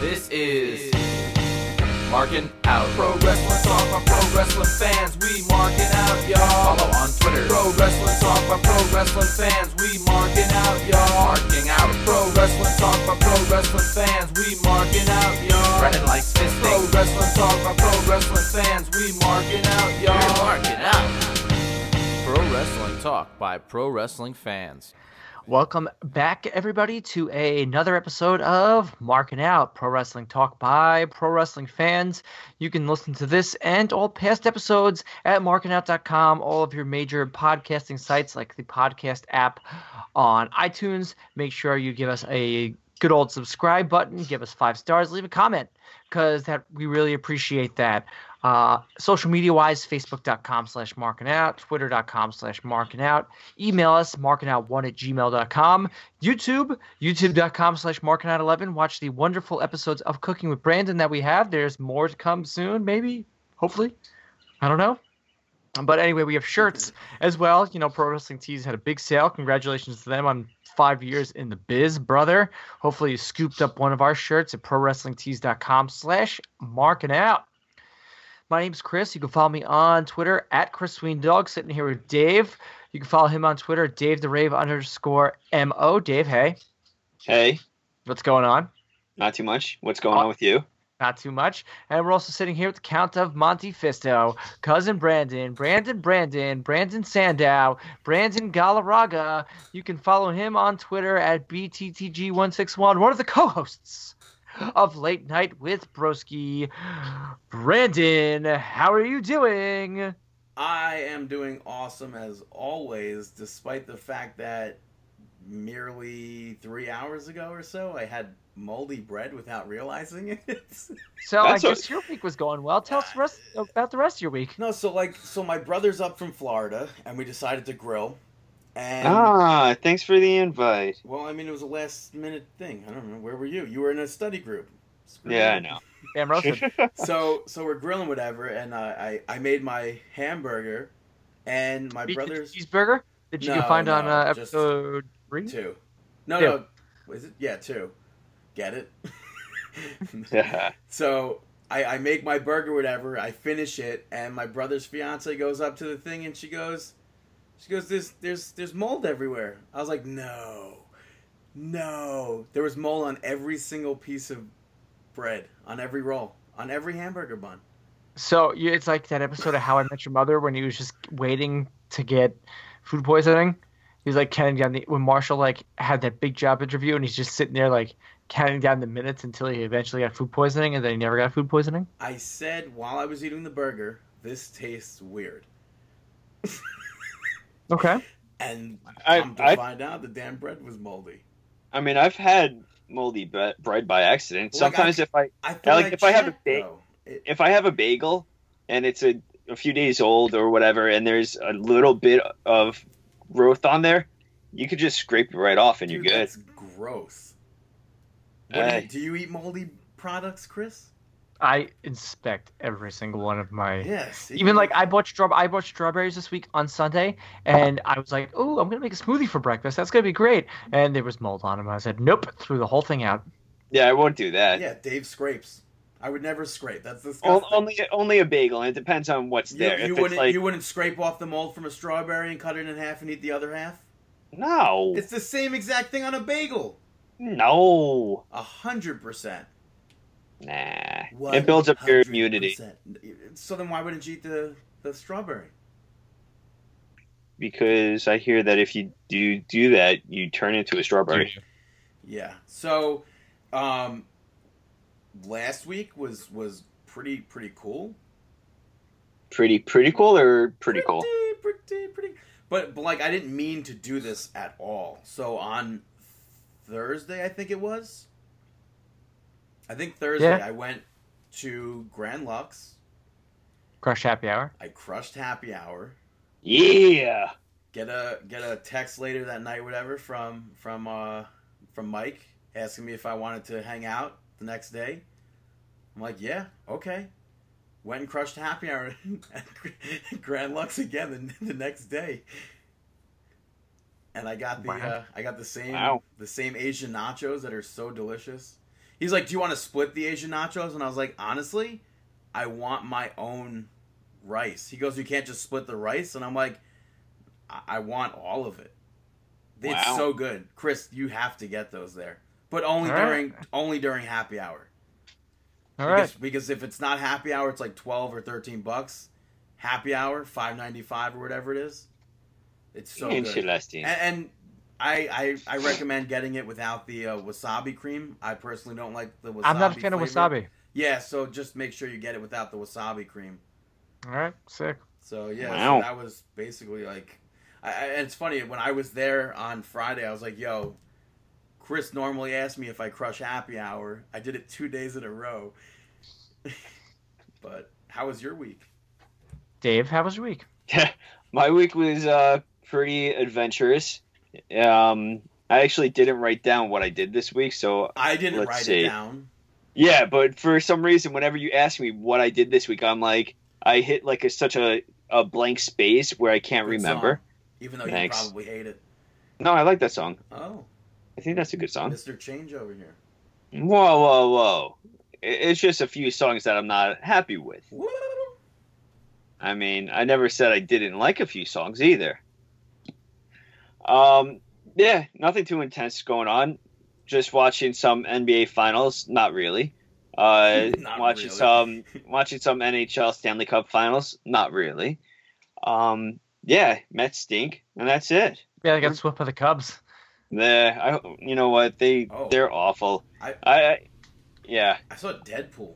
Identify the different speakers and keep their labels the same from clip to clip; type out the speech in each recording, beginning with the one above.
Speaker 1: This is Marking Out. Pro Wrestling Talk by Pro Wrestling Fans. We marking out, y'all. Follow on Twitter. Pro Wrestling Talk by Pro Wrestling Fans. We marking out, y'all. Marking Out. Pro Wrestling Talk by Pro Wrestling Fans. We marking out, y'all. Brennan likes fisting. Pro Wrestling Talk by Pro Wrestling Fans. We marking out, y'all. We're marking out. Pro Wrestling Talk by Pro Wrestling Fans.
Speaker 2: Welcome back, everybody, to a- another episode of Marking Out Pro Wrestling Talk by Pro Wrestling Fans. You can listen to this and all past episodes at markingout.com, all of your major podcasting sites like the podcast app on iTunes. Make sure you give us a good old subscribe button, give us five stars, leave a comment because that we really appreciate that. Uh, social media wise, facebook.com slash marking out, twitter.com slash marking out, email us markingout1 at gmail.com, YouTube, youtube.com slash markingout11. Watch the wonderful episodes of Cooking with Brandon that we have. There's more to come soon, maybe, hopefully. I don't know. But anyway, we have shirts as well. You know, Pro Wrestling Tees had a big sale. Congratulations to them on five years in the biz, brother. Hopefully you scooped up one of our shirts at prowrestlingtees.com slash marking out. My name's Chris. You can follow me on Twitter at Chris Sween Dog, sitting here with Dave. You can follow him on Twitter, Dave the Rave underscore MO. Dave, hey,
Speaker 3: Hey,
Speaker 2: what's going on?
Speaker 3: not too much. What's going on with you?
Speaker 2: Not too much. And we're also sitting here with the Count of Monte Fisto, cousin Brandon, Brandon Brandon, Brandon Sandow, Brandon Galarraga. You can follow hhim on Twitter at BTTG161, one of the co hosts of Late Night with Broski. Brandon, how are you doing?
Speaker 4: I am doing awesome as always, despite the fact that merely three hours ago or so I had moldy bread without realizing it.
Speaker 2: So
Speaker 3: That's
Speaker 2: I
Speaker 3: a-
Speaker 2: guess your week was going well. Tell us the rest, about the rest of your week.
Speaker 4: no, so like, so my brother's up from Florida, and we decided to grill. And
Speaker 3: Ah, thanks for the invite.
Speaker 4: well, I mean, it was a last minute thing. I don't know where were you? You were in a study group. Screw
Speaker 3: Yeah, I
Speaker 4: you.
Speaker 3: know.
Speaker 2: Damn roasted.
Speaker 4: So, so we're grilling whatever, and I, I, I made my hamburger, and my
Speaker 2: Beacon
Speaker 4: brother's
Speaker 2: cheeseburger that you
Speaker 4: No,
Speaker 2: can find on
Speaker 4: no,
Speaker 2: uh,
Speaker 4: just-
Speaker 2: episode three.
Speaker 4: Two. No,
Speaker 2: Two.
Speaker 4: no. Is it? Yeah, two. Get it?
Speaker 3: Yeah.
Speaker 4: so I, I make my burger, whatever. I finish it, and my brother's fiance goes up to the thing, and she goes, she goes, there's there's there's mold everywhere. I was like, no, no. There was mold on every single piece of bread, on every roll, on every hamburger bun.
Speaker 2: So you, it's like that episode of How I Met Your Mother when he was just waiting to get food poisoning. He was like counting down the when Marshall like had that big job interview and he's just sitting there like counting down the minutes until he eventually got food poisoning and then he never got food poisoning.
Speaker 4: I said while I was eating the burger, this tastes weird,
Speaker 2: Okay.
Speaker 4: and
Speaker 3: I-
Speaker 4: come to
Speaker 3: I-
Speaker 4: find out, the damn bread was moldy.
Speaker 3: I mean, I've had moldy bre- bread by accident.
Speaker 4: Well, like,
Speaker 3: Sometimes
Speaker 4: I-
Speaker 3: if I
Speaker 4: I feel
Speaker 3: like, if I have a
Speaker 4: checked,
Speaker 3: big-
Speaker 4: though. It-
Speaker 3: if I have a bagel and it's a, a few days old or whatever, and there's a little bit of growth on there, you could just scrape it right off and you're
Speaker 4: Dude,
Speaker 3: good. Uh,
Speaker 4: That's gross. What do,
Speaker 3: Hey.
Speaker 4: you, do you eat moldy products, Chris?
Speaker 2: I inspect every single one of my
Speaker 4: Yes.
Speaker 2: even like I bought straw I bought strawberries this week on Sunday, and I was like, "Oh, I'm gonna make a smoothie for breakfast. That's gonna be great." And there was mold on them. I said, "Nope," threw the whole thing out.
Speaker 3: Yeah, I won't do that.
Speaker 4: yeah, Dave scrapes. I would never scrape. That's disgusting.
Speaker 3: On- Only only a bagel, and it depends on what's
Speaker 4: you,
Speaker 3: there.
Speaker 4: you
Speaker 3: if it's
Speaker 4: wouldn't
Speaker 3: like
Speaker 4: you wouldn't scrape off the mold from a strawberry and cut it in half and eat the other half.
Speaker 3: no,
Speaker 4: It's the same exact thing on a bagel.
Speaker 3: no,
Speaker 4: A hundred percent.
Speaker 3: nah,
Speaker 4: One
Speaker 3: it builds up your
Speaker 4: hundred
Speaker 3: immunity.
Speaker 4: percent. So then, why wouldn't you eat the the strawberry?
Speaker 3: because I hear that if you do do that, you turn into a strawberry.
Speaker 4: Yeah. So, um, last week was was pretty pretty cool.
Speaker 3: Pretty pretty cool or pretty cool.
Speaker 4: Pretty, pretty, pretty. But, but like, I didn't mean to do this at all. So on Thursday, I think it was. I think Thursday,
Speaker 2: Yeah.
Speaker 4: I went to Grand Lux.
Speaker 2: Crush happy hour.
Speaker 4: I crushed happy hour.
Speaker 3: Yeah.
Speaker 4: Get a get a text later that night, whatever, from from uh from Mike asking me if I wanted to hang out the next day. I'm like, yeah, okay. Went and crushed happy hour at Grand Lux again the, the next day. And I got the
Speaker 2: Wow.
Speaker 4: uh, I got the same
Speaker 3: Wow.
Speaker 4: the same Asian nachos that are so delicious. He's like, "Do you want to split the Asian nachos?" And I was like, "Honestly, I want my own rice." He goes, "You can't just split the rice." And I'm like, "I, I want all of it. It's
Speaker 3: Wow.
Speaker 4: so good, Chris. You have to get those there, but only
Speaker 2: All right.
Speaker 4: during only during happy hour.
Speaker 2: All
Speaker 4: because,
Speaker 2: right.
Speaker 4: because if it's not happy hour, it's like twelve or thirteen bucks. Happy hour, five ninety five or whatever it is. It's so good.
Speaker 3: Interesting.
Speaker 4: And, and I, I I recommend getting it without the uh, wasabi cream. I personally don't like the wasabi.
Speaker 2: I'm not a fan of
Speaker 4: flavor.
Speaker 2: wasabi.
Speaker 4: Yeah, so just make sure you get it without the wasabi cream.
Speaker 2: All right, sick.
Speaker 4: So yeah,
Speaker 3: Wow.
Speaker 4: so that was basically like, I, I- and it's funny when I was there on Friday, I was like, "Yo, Chris normally asks me if I crush happy hour. I did it two days in a row." but how was your week?
Speaker 2: Dave, how was your week?
Speaker 3: My week was uh, pretty adventurous. Um, I actually didn't write down what I did this week, so
Speaker 4: I didn't
Speaker 3: Let's
Speaker 4: write
Speaker 3: see.
Speaker 4: it down.
Speaker 3: yeah. But for some reason, whenever you ask me what I did this week, I'm like, I hit like a, such a, a blank space where I can't
Speaker 4: Good
Speaker 3: remember.
Speaker 4: song, even though
Speaker 3: Thanks.
Speaker 4: you probably hate it.
Speaker 3: No, I like that song.
Speaker 4: Oh,
Speaker 3: I think that's a good song.
Speaker 4: Mr. Change over here.
Speaker 3: Whoa, whoa, whoa! I- It's just a few songs that I'm not happy with.
Speaker 4: Woo!
Speaker 3: I mean, I never said I didn't like a few songs either. Um, yeah, nothing too intense going on. Just watching some NBA finals. Not really. Uh,
Speaker 4: Not
Speaker 3: watching
Speaker 4: really.
Speaker 3: some watching some NHL Stanley Cup finals. Not really. Um, yeah, Mets stink, and that's it.
Speaker 2: Yeah,
Speaker 4: Mm.
Speaker 2: I got swept by the Cubs.
Speaker 3: There, I you know what they
Speaker 4: Oh.
Speaker 3: they're awful.
Speaker 4: I-
Speaker 3: I, I yeah.
Speaker 4: I saw Deadpool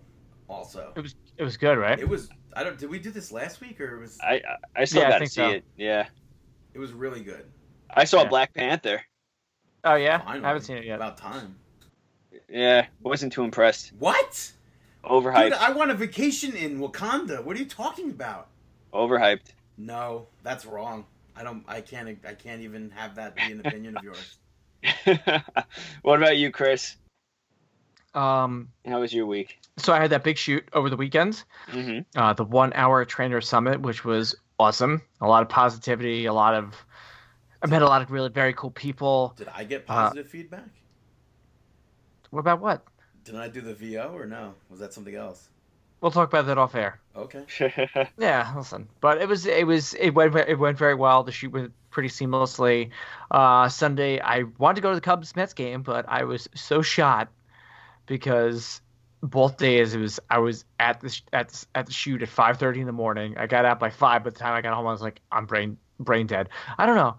Speaker 4: also.
Speaker 2: It was good, right?
Speaker 4: It was I don't did we do this last week or it was
Speaker 3: I I- I still
Speaker 2: Yeah, I
Speaker 3: gotta
Speaker 2: think
Speaker 3: see
Speaker 2: so.
Speaker 3: it. Yeah,
Speaker 4: it was really good.
Speaker 3: I saw
Speaker 2: Yeah.
Speaker 3: Black Panther.
Speaker 2: Oh yeah,
Speaker 4: Finally.
Speaker 2: I haven't seen it yet.
Speaker 4: About time.
Speaker 3: Yeah, wasn't too impressed.
Speaker 4: What?
Speaker 3: Overhyped.
Speaker 4: Dude, I want a vacation in Wakanda. What are you talking about?
Speaker 3: Overhyped.
Speaker 4: No, that's wrong. I don't. I can't. I can't even have that be an opinion of yours.
Speaker 3: what about you, Chris?
Speaker 2: Um,
Speaker 3: How was your week?
Speaker 2: so I had that big shoot over the weekend,
Speaker 3: hmm
Speaker 2: uh, the one-hour trainer summit, which was awesome. A lot of positivity, a lot of. I met a lot of really very cool people.
Speaker 4: Did I get
Speaker 2: Uh,
Speaker 4: positive feedback?
Speaker 2: What about what?
Speaker 4: Did I do the VO or no? Was that something else?
Speaker 2: We'll talk about that off air.
Speaker 4: Okay.
Speaker 2: Yeah, listen, but it was it was it went it went very well. The shoot went pretty seamlessly. Uh, Sunday, I wanted to go to the Cubs Mets game, but I was so shot because both days it was I was at the sh- at the- at the shoot at five thirty in the morning. I got out by five. By the time I got home, I was like, I'm brain brain dead. I don't know.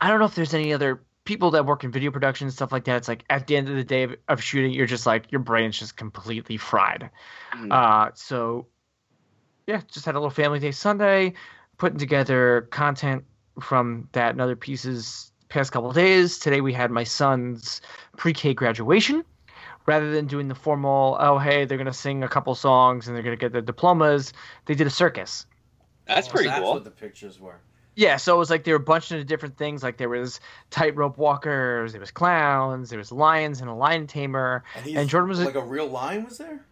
Speaker 2: I don't know if there's any other people that work in video production and stuff like that. It's like at the end of the day of, of shooting, you're just like your brain's just completely fried.
Speaker 3: Mm.
Speaker 2: Uh, so yeah, just had a little family day Sunday, putting together content from that and other pieces past couple of days. Today we had my son's pre-K graduation. Rather than doing the formal, oh hey, they're gonna sing a couple songs and they're gonna get their diplomas, they did a circus.
Speaker 3: That's
Speaker 4: Oh,
Speaker 3: pretty
Speaker 4: That's
Speaker 3: cool.
Speaker 4: what the pictures were.
Speaker 2: Yeah, so it was like they were bunched into different things. Like there was tightrope walkers, there was clowns, there was lions and a lion tamer.
Speaker 4: And, he's,
Speaker 2: And Jordan was a-
Speaker 4: like a real lion was there.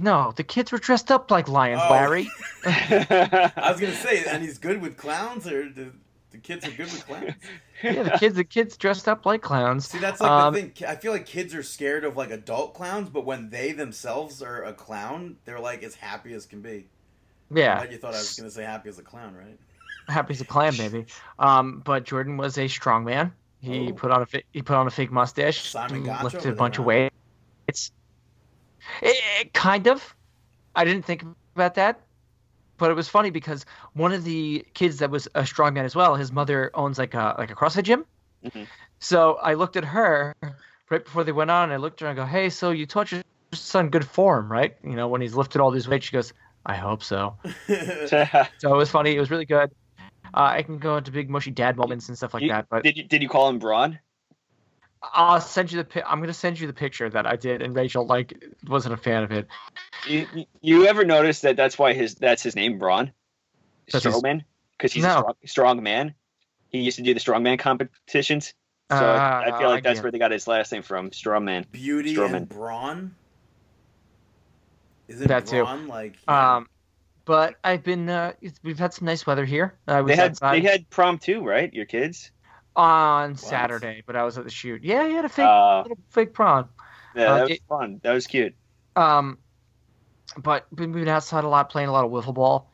Speaker 2: No, the kids were dressed up like lions,
Speaker 4: Oh.
Speaker 2: Larry.
Speaker 4: I was gonna say, and he's good with clowns, or the, the kids are good with clowns.
Speaker 2: Yeah, the kids, the kids dressed up like clowns.
Speaker 4: See, that's like
Speaker 2: Um,
Speaker 4: the thing. Ki- I feel like kids are scared of like adult clowns, but when they themselves are a clown, they're like as happy as can be.
Speaker 2: Yeah,
Speaker 4: But you thought I was gonna say happy as a clown, right?
Speaker 2: happy as a clam, baby. Um, but Jordan was a strong man. He
Speaker 4: Oh.
Speaker 2: put on a fi- he put on a fake mustache,
Speaker 4: Simon Gotch
Speaker 2: lifted
Speaker 4: over
Speaker 2: a bunch
Speaker 4: there,
Speaker 2: of
Speaker 4: huh?
Speaker 2: weight. It's it, it- kind of. I didn't think about that, but it was funny because one of the kids that was a strong man as well. His mother owns like a like a CrossFit gym,
Speaker 4: Mm-hmm.
Speaker 3: Mhm.
Speaker 2: so I looked at her right before they went on. I looked at her and I go, "Hey, so you taught your son good form, right? You know when he's lifted all these weights." She goes, "I hope so." So it was funny. It was really good. Uh, I can go into big mushy dad moments and stuff like
Speaker 3: You-
Speaker 2: that, but
Speaker 3: did you did you call him Braun?
Speaker 2: I'll send you the. Pi- I'm gonna send you the picture that I did, and Rachel like wasn't a fan of it.
Speaker 3: You, you- you ever notice that that's why his that's his name Braun?
Speaker 2: That's his-
Speaker 3: Strowman, because he's
Speaker 2: No.
Speaker 3: a strong, strong man. He used to do the strongman competitions, so I, I feel
Speaker 2: Uh,
Speaker 3: like that's
Speaker 2: yeah.
Speaker 3: where they got his last name from, strongman.
Speaker 4: Beauty
Speaker 3: Strowman.
Speaker 4: and brawn. Isn't
Speaker 2: That too.
Speaker 4: brawn like?
Speaker 2: Um, but I've been. Uh, it's- we've had some nice weather here. I was
Speaker 3: They had
Speaker 2: outside
Speaker 3: they had prom too, right? Your kids.
Speaker 2: on Saturday, but I was at the shoot. Yeah, you had a fake
Speaker 3: Uh,
Speaker 2: little fake prawn.
Speaker 3: Yeah,
Speaker 2: Uh,
Speaker 3: that was
Speaker 2: it-
Speaker 3: fun. That was cute.
Speaker 2: Um, but been moving outside a lot, playing a lot of wiffle ball.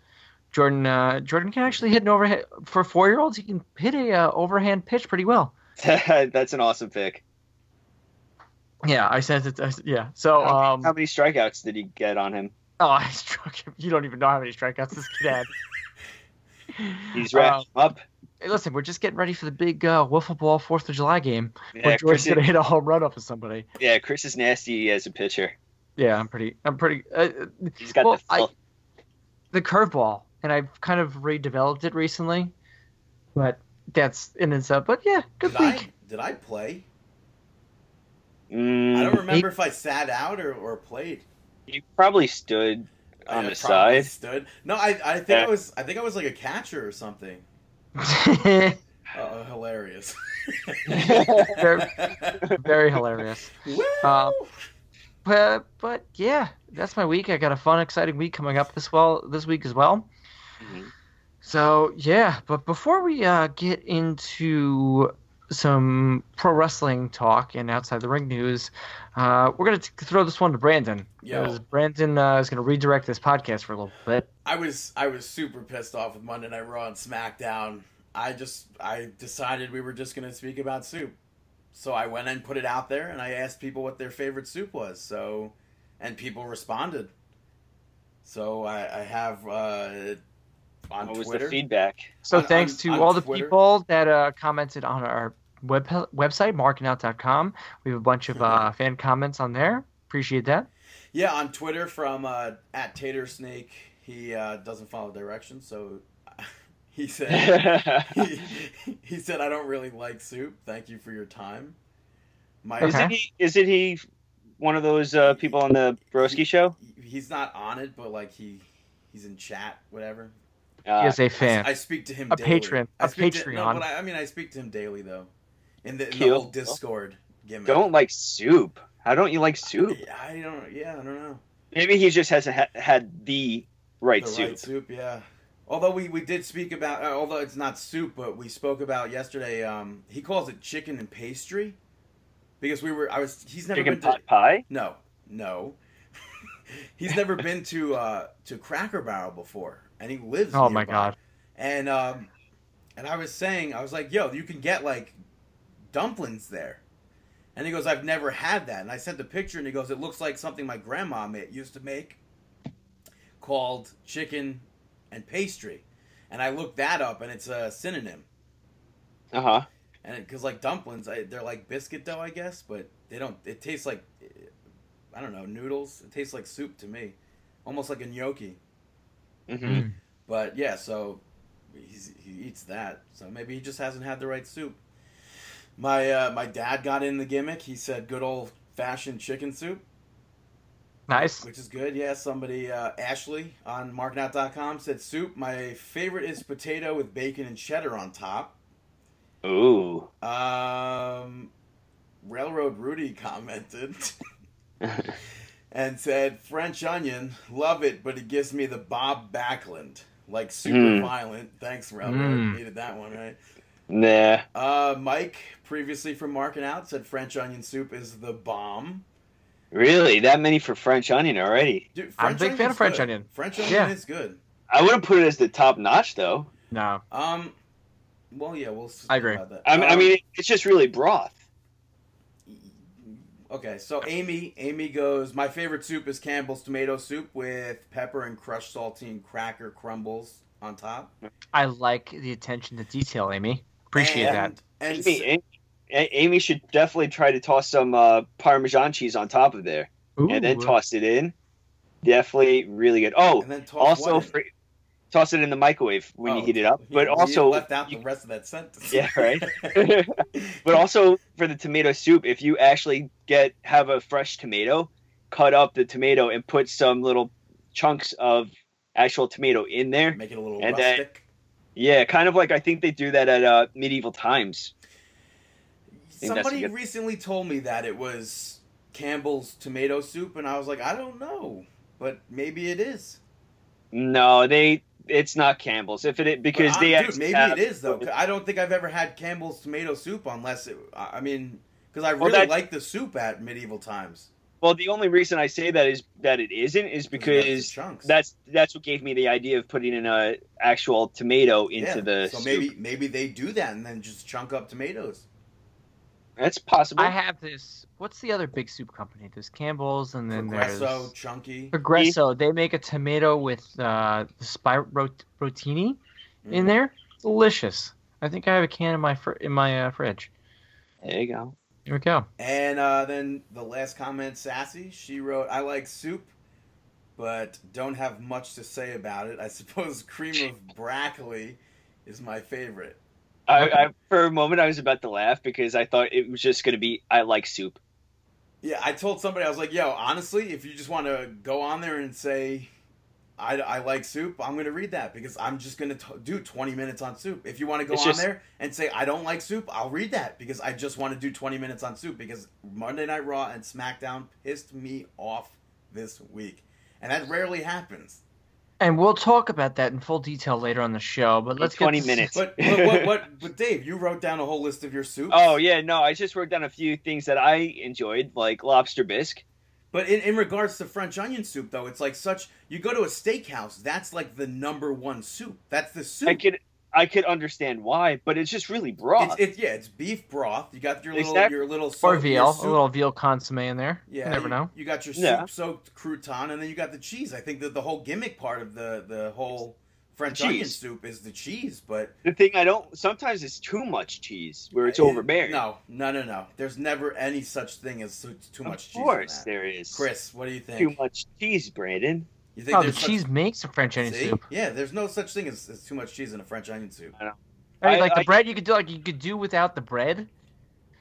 Speaker 2: Jordan uh, Jordan can actually hit an overhead for four year olds. He can hit a uh, overhand pitch pretty well.
Speaker 3: That's an awesome pick.
Speaker 2: Yeah, I sent it. I s yeah, so
Speaker 3: How-
Speaker 2: um,
Speaker 3: How many strikeouts did he get on him?
Speaker 2: oh, I struck him. You don't even know how many strikeouts this kid had.
Speaker 3: He's
Speaker 2: Uh,
Speaker 3: wrapped him up.
Speaker 2: Hey, listen, we're just getting ready for the big uh, wiffle ball Fourth of July game
Speaker 3: Yeah
Speaker 2: where
Speaker 3: Chris,
Speaker 2: Jordan's
Speaker 3: is,
Speaker 2: gonna hit a home run off of somebody.
Speaker 3: yeah, Chris is nasty as a pitcher.
Speaker 2: Yeah, I'm pretty. I'm pretty. Uh,
Speaker 3: He's got
Speaker 2: Well,
Speaker 3: the
Speaker 2: I-
Speaker 3: filth.
Speaker 2: the curveball, and I've kind of redeveloped it recently, but that's in and itself. But yeah, good
Speaker 4: Did
Speaker 2: week.
Speaker 4: I did I play?
Speaker 3: Mm,
Speaker 4: I don't remember if I sat out or, or played.
Speaker 3: You probably stood
Speaker 4: I
Speaker 3: on the
Speaker 4: probably
Speaker 3: side.
Speaker 4: stood. No, I, I think I was I think I was like a catcher or something. Uh, hilarious. Mm-hmm.
Speaker 2: Very hilarious.
Speaker 4: Woo!
Speaker 2: Um, But but yeah, that's my week. I got a fun, exciting week coming up this well this week as well.
Speaker 3: Mhm.
Speaker 2: So yeah, but before we uh, get into some pro wrestling talk and outside the ring news, uh, we're gonna t- throw this one to Brandon.
Speaker 4: Yo.
Speaker 2: 'Cause Brandon uh, is gonna redirect this podcast for a little bit.
Speaker 4: I was I was super pissed off with Monday Night Raw and SmackDown. I just I decided we were just gonna speak about soup. So I went and put it out there and I asked people what their favorite soup was, so and people responded. So I, I have uh on
Speaker 3: What was
Speaker 4: Twitter.
Speaker 3: the feedback?
Speaker 2: So
Speaker 4: On-
Speaker 2: thanks
Speaker 4: on-
Speaker 2: to
Speaker 4: on
Speaker 2: all the
Speaker 4: Twitter.
Speaker 2: people that uh, commented on our web website markingout.com. We have a bunch of uh, fan comments on there. Appreciate that.
Speaker 4: Yeah, on Twitter from uh, at Tater Snake. He uh, doesn't follow directions, so he said he, he said I don't really like soup. Thank you for your time. My
Speaker 2: Okay.
Speaker 3: Isn't he? Isn't he one of those uh, people on the Broski show?
Speaker 4: he's not on it, but like he he's in chat, whatever.
Speaker 2: he
Speaker 3: Uh,
Speaker 2: is a fan.
Speaker 4: I speak to him.
Speaker 2: A
Speaker 4: daily.
Speaker 2: patron.
Speaker 4: I
Speaker 2: A
Speaker 4: speak to-
Speaker 2: Patreon.
Speaker 4: no, but I, I mean, I speak to him daily though, in the, in the
Speaker 3: Cute.
Speaker 4: whole Discord gimmick.
Speaker 3: don't like soup. How don't you like soup?
Speaker 4: I don't. Yeah, I don't know.
Speaker 3: Maybe he just hasn't ha- had the right
Speaker 4: the
Speaker 3: soup.
Speaker 4: right soup, yeah. Although we, we did speak about, uh, although it's not soup, but we spoke about yesterday. Um, he calls it chicken and pastry, because we were. I was. He's never
Speaker 3: Chicken
Speaker 4: been
Speaker 3: pot
Speaker 4: to.
Speaker 3: pie.
Speaker 4: No, no. he's never been to uh, to Cracker Barrel before, and he lives.
Speaker 2: oh my
Speaker 4: nearby.
Speaker 2: god.
Speaker 4: And um, and I was saying, I was like, yo, you can get like dumplings there. And he goes, I've never had that. And I sent the picture, and he goes, it looks like something my grandma ma- used to make called chicken and pastry. And I looked that up, and it's a synonym.
Speaker 3: Uh huh.
Speaker 4: And because like dumplings, I, they're like biscuit dough, I guess, but they don't. It tastes like I don't know noodles. It tastes like soup to me, almost like a gnocchi. Mm-hmm.
Speaker 3: hmm
Speaker 4: But yeah, so he's, he eats that. So maybe he just hasn't had the right soup. My uh, my dad got in the gimmick. He said good old fashioned chicken soup,
Speaker 2: Nice.
Speaker 4: which is good. Yeah, somebody uh, Ashley on marketout.com said soup. My favorite is potato with bacon and cheddar on top.
Speaker 3: Mm-hmm. Ooh.
Speaker 4: Um, Railroad Rudy commented and said French onion, love it, but it gives me the Bob Backlund, like super
Speaker 3: Mm.
Speaker 4: violent. Thanks, Railroad.
Speaker 2: Mm.
Speaker 4: Needed that one, right?
Speaker 3: Nah.
Speaker 4: Uh, Mike, previously from Marking Out, said French onion soup is the bomb.
Speaker 3: Really? That many for French onion already?
Speaker 4: Dude,
Speaker 2: I'm a big fan
Speaker 4: onion's
Speaker 2: of French
Speaker 4: good.
Speaker 2: onion.
Speaker 4: French onion
Speaker 2: Yeah.
Speaker 4: is good.
Speaker 3: I wouldn't put it as the top notch though.
Speaker 2: No.
Speaker 4: Um, well, yeah, we'll. s-
Speaker 2: I agree.
Speaker 4: about that.
Speaker 3: I, I
Speaker 4: Um,
Speaker 3: mean, it's just really broth.
Speaker 4: Okay, so Amy, Amy goes. My favorite soup is Campbell's tomato soup with pepper and crushed saltine cracker crumbles on top.
Speaker 2: I like the attention to detail, Amy. Appreciate that.
Speaker 4: And,
Speaker 3: Amy,
Speaker 4: and s-
Speaker 3: Amy, A- Amy should definitely try to toss some uh, Parmesan cheese on top of there, and then
Speaker 2: Ooh.
Speaker 3: toss it in. Definitely really good. Oh,
Speaker 4: and then toss
Speaker 3: also
Speaker 4: what in?
Speaker 3: for, toss it in the microwave when
Speaker 4: Oh,
Speaker 3: you heat it up. But
Speaker 4: you
Speaker 3: also,
Speaker 4: left out the
Speaker 3: you-
Speaker 4: rest of that sentence.
Speaker 3: yeah, right. but also for the tomato soup, if you actually get have a fresh tomato, cut up the tomato and put some little chunks of actual tomato in there.
Speaker 4: Make it a little
Speaker 3: And then-
Speaker 4: rustic.
Speaker 3: Yeah, kind of like I think they do that at uh, medieval times. think that's a
Speaker 4: Somebody
Speaker 3: good-
Speaker 4: recently told me that it was Campbell's tomato soup, and I was like, I don't know, but maybe it is.
Speaker 3: No, they it's not Campbell's. If it
Speaker 4: But
Speaker 3: because
Speaker 4: I-
Speaker 3: they
Speaker 4: dude,
Speaker 3: actually
Speaker 4: maybe
Speaker 3: have-
Speaker 4: it is though. 'cause I don't think I've ever had Campbell's tomato soup unless it. I I mean, because I
Speaker 3: Well,
Speaker 4: really
Speaker 3: that-
Speaker 4: like the soup at medieval times.
Speaker 3: Well, the only reason I say that is that it isn't is
Speaker 4: That's the
Speaker 3: because
Speaker 4: chunks.
Speaker 3: that's that's what gave me the idea of putting in a actual tomato into
Speaker 4: Yeah,
Speaker 3: the
Speaker 4: So
Speaker 3: soup.
Speaker 4: maybe maybe they do that and then just chunk up tomatoes.
Speaker 3: that's possible.
Speaker 2: I have this. What's the other big soup company? There's Campbell's, and then
Speaker 4: Progresso,
Speaker 2: there's
Speaker 4: chunky.
Speaker 2: Progresso. They make a tomato with uh, spy rot- rotini
Speaker 4: Mm-hmm. Mm.
Speaker 2: in there. Delicious. I think I have a can in my fr- in my uh, fridge.
Speaker 3: there you go.
Speaker 2: Here we go.
Speaker 4: And uh, then the last comment, Sassy, she wrote, I like soup, but don't have much to say about it. I suppose cream of broccoli is my favorite.
Speaker 3: I, I, for a moment, I was about to laugh because I thought it was just going to be I like soup.
Speaker 4: Yeah, I told somebody, I was like, yo, honestly, if you just want to go on there and say, I, I like soup, I'm going to read that because I'm just going to do 20 minutes on soup. If you want to go
Speaker 3: It's
Speaker 4: on
Speaker 3: just-
Speaker 4: there and say, I don't like soup, I'll read that because I just want to do 20 minutes on soup because Monday Night Raw and SmackDown pissed me off this week. And that rarely happens.
Speaker 2: And we'll talk about that in full detail later on the show. But let's get
Speaker 3: 20
Speaker 2: to-
Speaker 3: minutes.
Speaker 4: But but, what, what, but Dave, you wrote down a whole list of your soups.
Speaker 3: Oh yeah, no, I just wrote down a few things that I enjoyed, like lobster bisque.
Speaker 4: But in, in regards to French onion soup, though, it's like such. You go to a steakhouse, that's like the number one soup. That's the soup.
Speaker 3: I could I could understand why, but it's just really broad.
Speaker 4: It's, it's yeah, it's beef broth. You got your little
Speaker 3: Exactly.
Speaker 4: your little soup,
Speaker 2: or
Speaker 4: your
Speaker 2: veal,
Speaker 4: soup-
Speaker 2: a little veal consomme in there.
Speaker 4: Yeah,
Speaker 2: you never
Speaker 4: you,
Speaker 2: know.
Speaker 4: You got your soup
Speaker 3: Yeah.
Speaker 4: soaked crouton, and then you got the cheese. I think that the whole gimmick part of the the whole French
Speaker 3: Cheese.
Speaker 4: onion soup is the cheese, but
Speaker 3: the thing I don't sometimes it's too much cheese where it's
Speaker 4: It-
Speaker 3: overbearing.
Speaker 4: No, no, no, no. There's never any such thing as too, too much
Speaker 3: of
Speaker 4: cheese. in
Speaker 3: course
Speaker 4: that.
Speaker 3: there is.
Speaker 4: Chris, what do you think?
Speaker 3: too much cheese, Brandon.
Speaker 4: You think
Speaker 2: Oh, the
Speaker 4: there's such-
Speaker 2: cheese makes a French onion
Speaker 4: See?
Speaker 2: soup.
Speaker 4: Yeah, there's no such thing as, as too much cheese in a French onion soup.
Speaker 2: I mean,
Speaker 3: I-
Speaker 2: like the
Speaker 3: I-
Speaker 2: bread, you could do like you could do without the bread.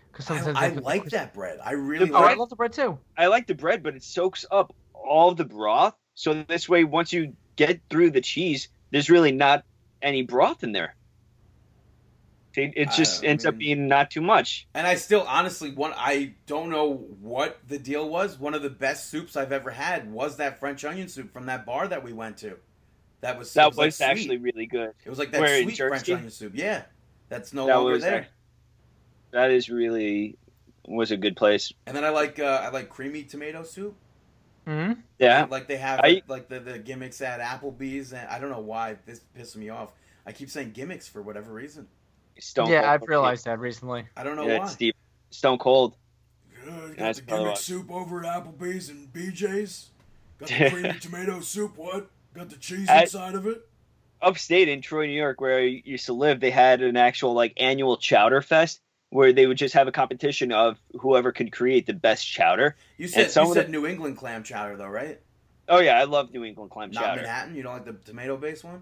Speaker 2: Because
Speaker 4: I,
Speaker 2: sometimes
Speaker 4: I
Speaker 2: they put the
Speaker 4: like
Speaker 2: crisp-
Speaker 4: that bread. I really
Speaker 3: The
Speaker 2: Oh, I
Speaker 4: like.
Speaker 2: love the bread too.
Speaker 3: I like the bread, but it soaks up all the broth. So this way, once you get through the cheese, there's really not any broth in there. It, it
Speaker 4: I
Speaker 3: just
Speaker 4: don't
Speaker 3: ends up
Speaker 4: mean-
Speaker 3: being not too much.
Speaker 4: And I still honestly one I don't know what the deal was. One of the best soups I've ever had was that French onion soup from that bar that we went to. That was it
Speaker 3: That
Speaker 4: was, like,
Speaker 3: was actually
Speaker 4: sweet.
Speaker 3: really good.
Speaker 4: it was like that
Speaker 3: where in
Speaker 4: sweet French
Speaker 3: Jersey?
Speaker 4: onion soup. Yeah, that's no
Speaker 3: that
Speaker 4: longer
Speaker 3: was
Speaker 4: there.
Speaker 3: ac- that is really was a good place.
Speaker 4: And then I like uh, I like creamy tomato soup.
Speaker 2: hmm
Speaker 3: Yeah,
Speaker 4: like they have
Speaker 3: I-
Speaker 4: like the, the gimmicks at Applebee's, and I don't know why this pisses me off. I keep saying gimmicks for whatever reason.
Speaker 3: Stone. Cold
Speaker 2: Yeah, I've
Speaker 3: Steve-
Speaker 2: realized that recently.
Speaker 4: I don't know
Speaker 3: Yeah,
Speaker 4: why.
Speaker 3: Steve Stone Cold.
Speaker 4: Yeah, you got
Speaker 3: That's
Speaker 4: the
Speaker 3: probably
Speaker 4: gimmick
Speaker 3: why.
Speaker 4: soup over at Applebee's and BJ's. Got the creamy tomato soup. What? Got the cheese
Speaker 3: I-
Speaker 4: inside of it.
Speaker 3: upstate in Troy, New York, where I used to live, they had an actual like annual chowder fest where they would just have a competition of whoever could create the best chowder.
Speaker 4: You said
Speaker 3: some
Speaker 4: you
Speaker 3: of
Speaker 4: said
Speaker 3: the-
Speaker 4: New England clam chowder though, right?
Speaker 3: Oh yeah, I love New England clam
Speaker 4: Not
Speaker 3: chowder.
Speaker 4: Manhattan. You don't like the tomato based one,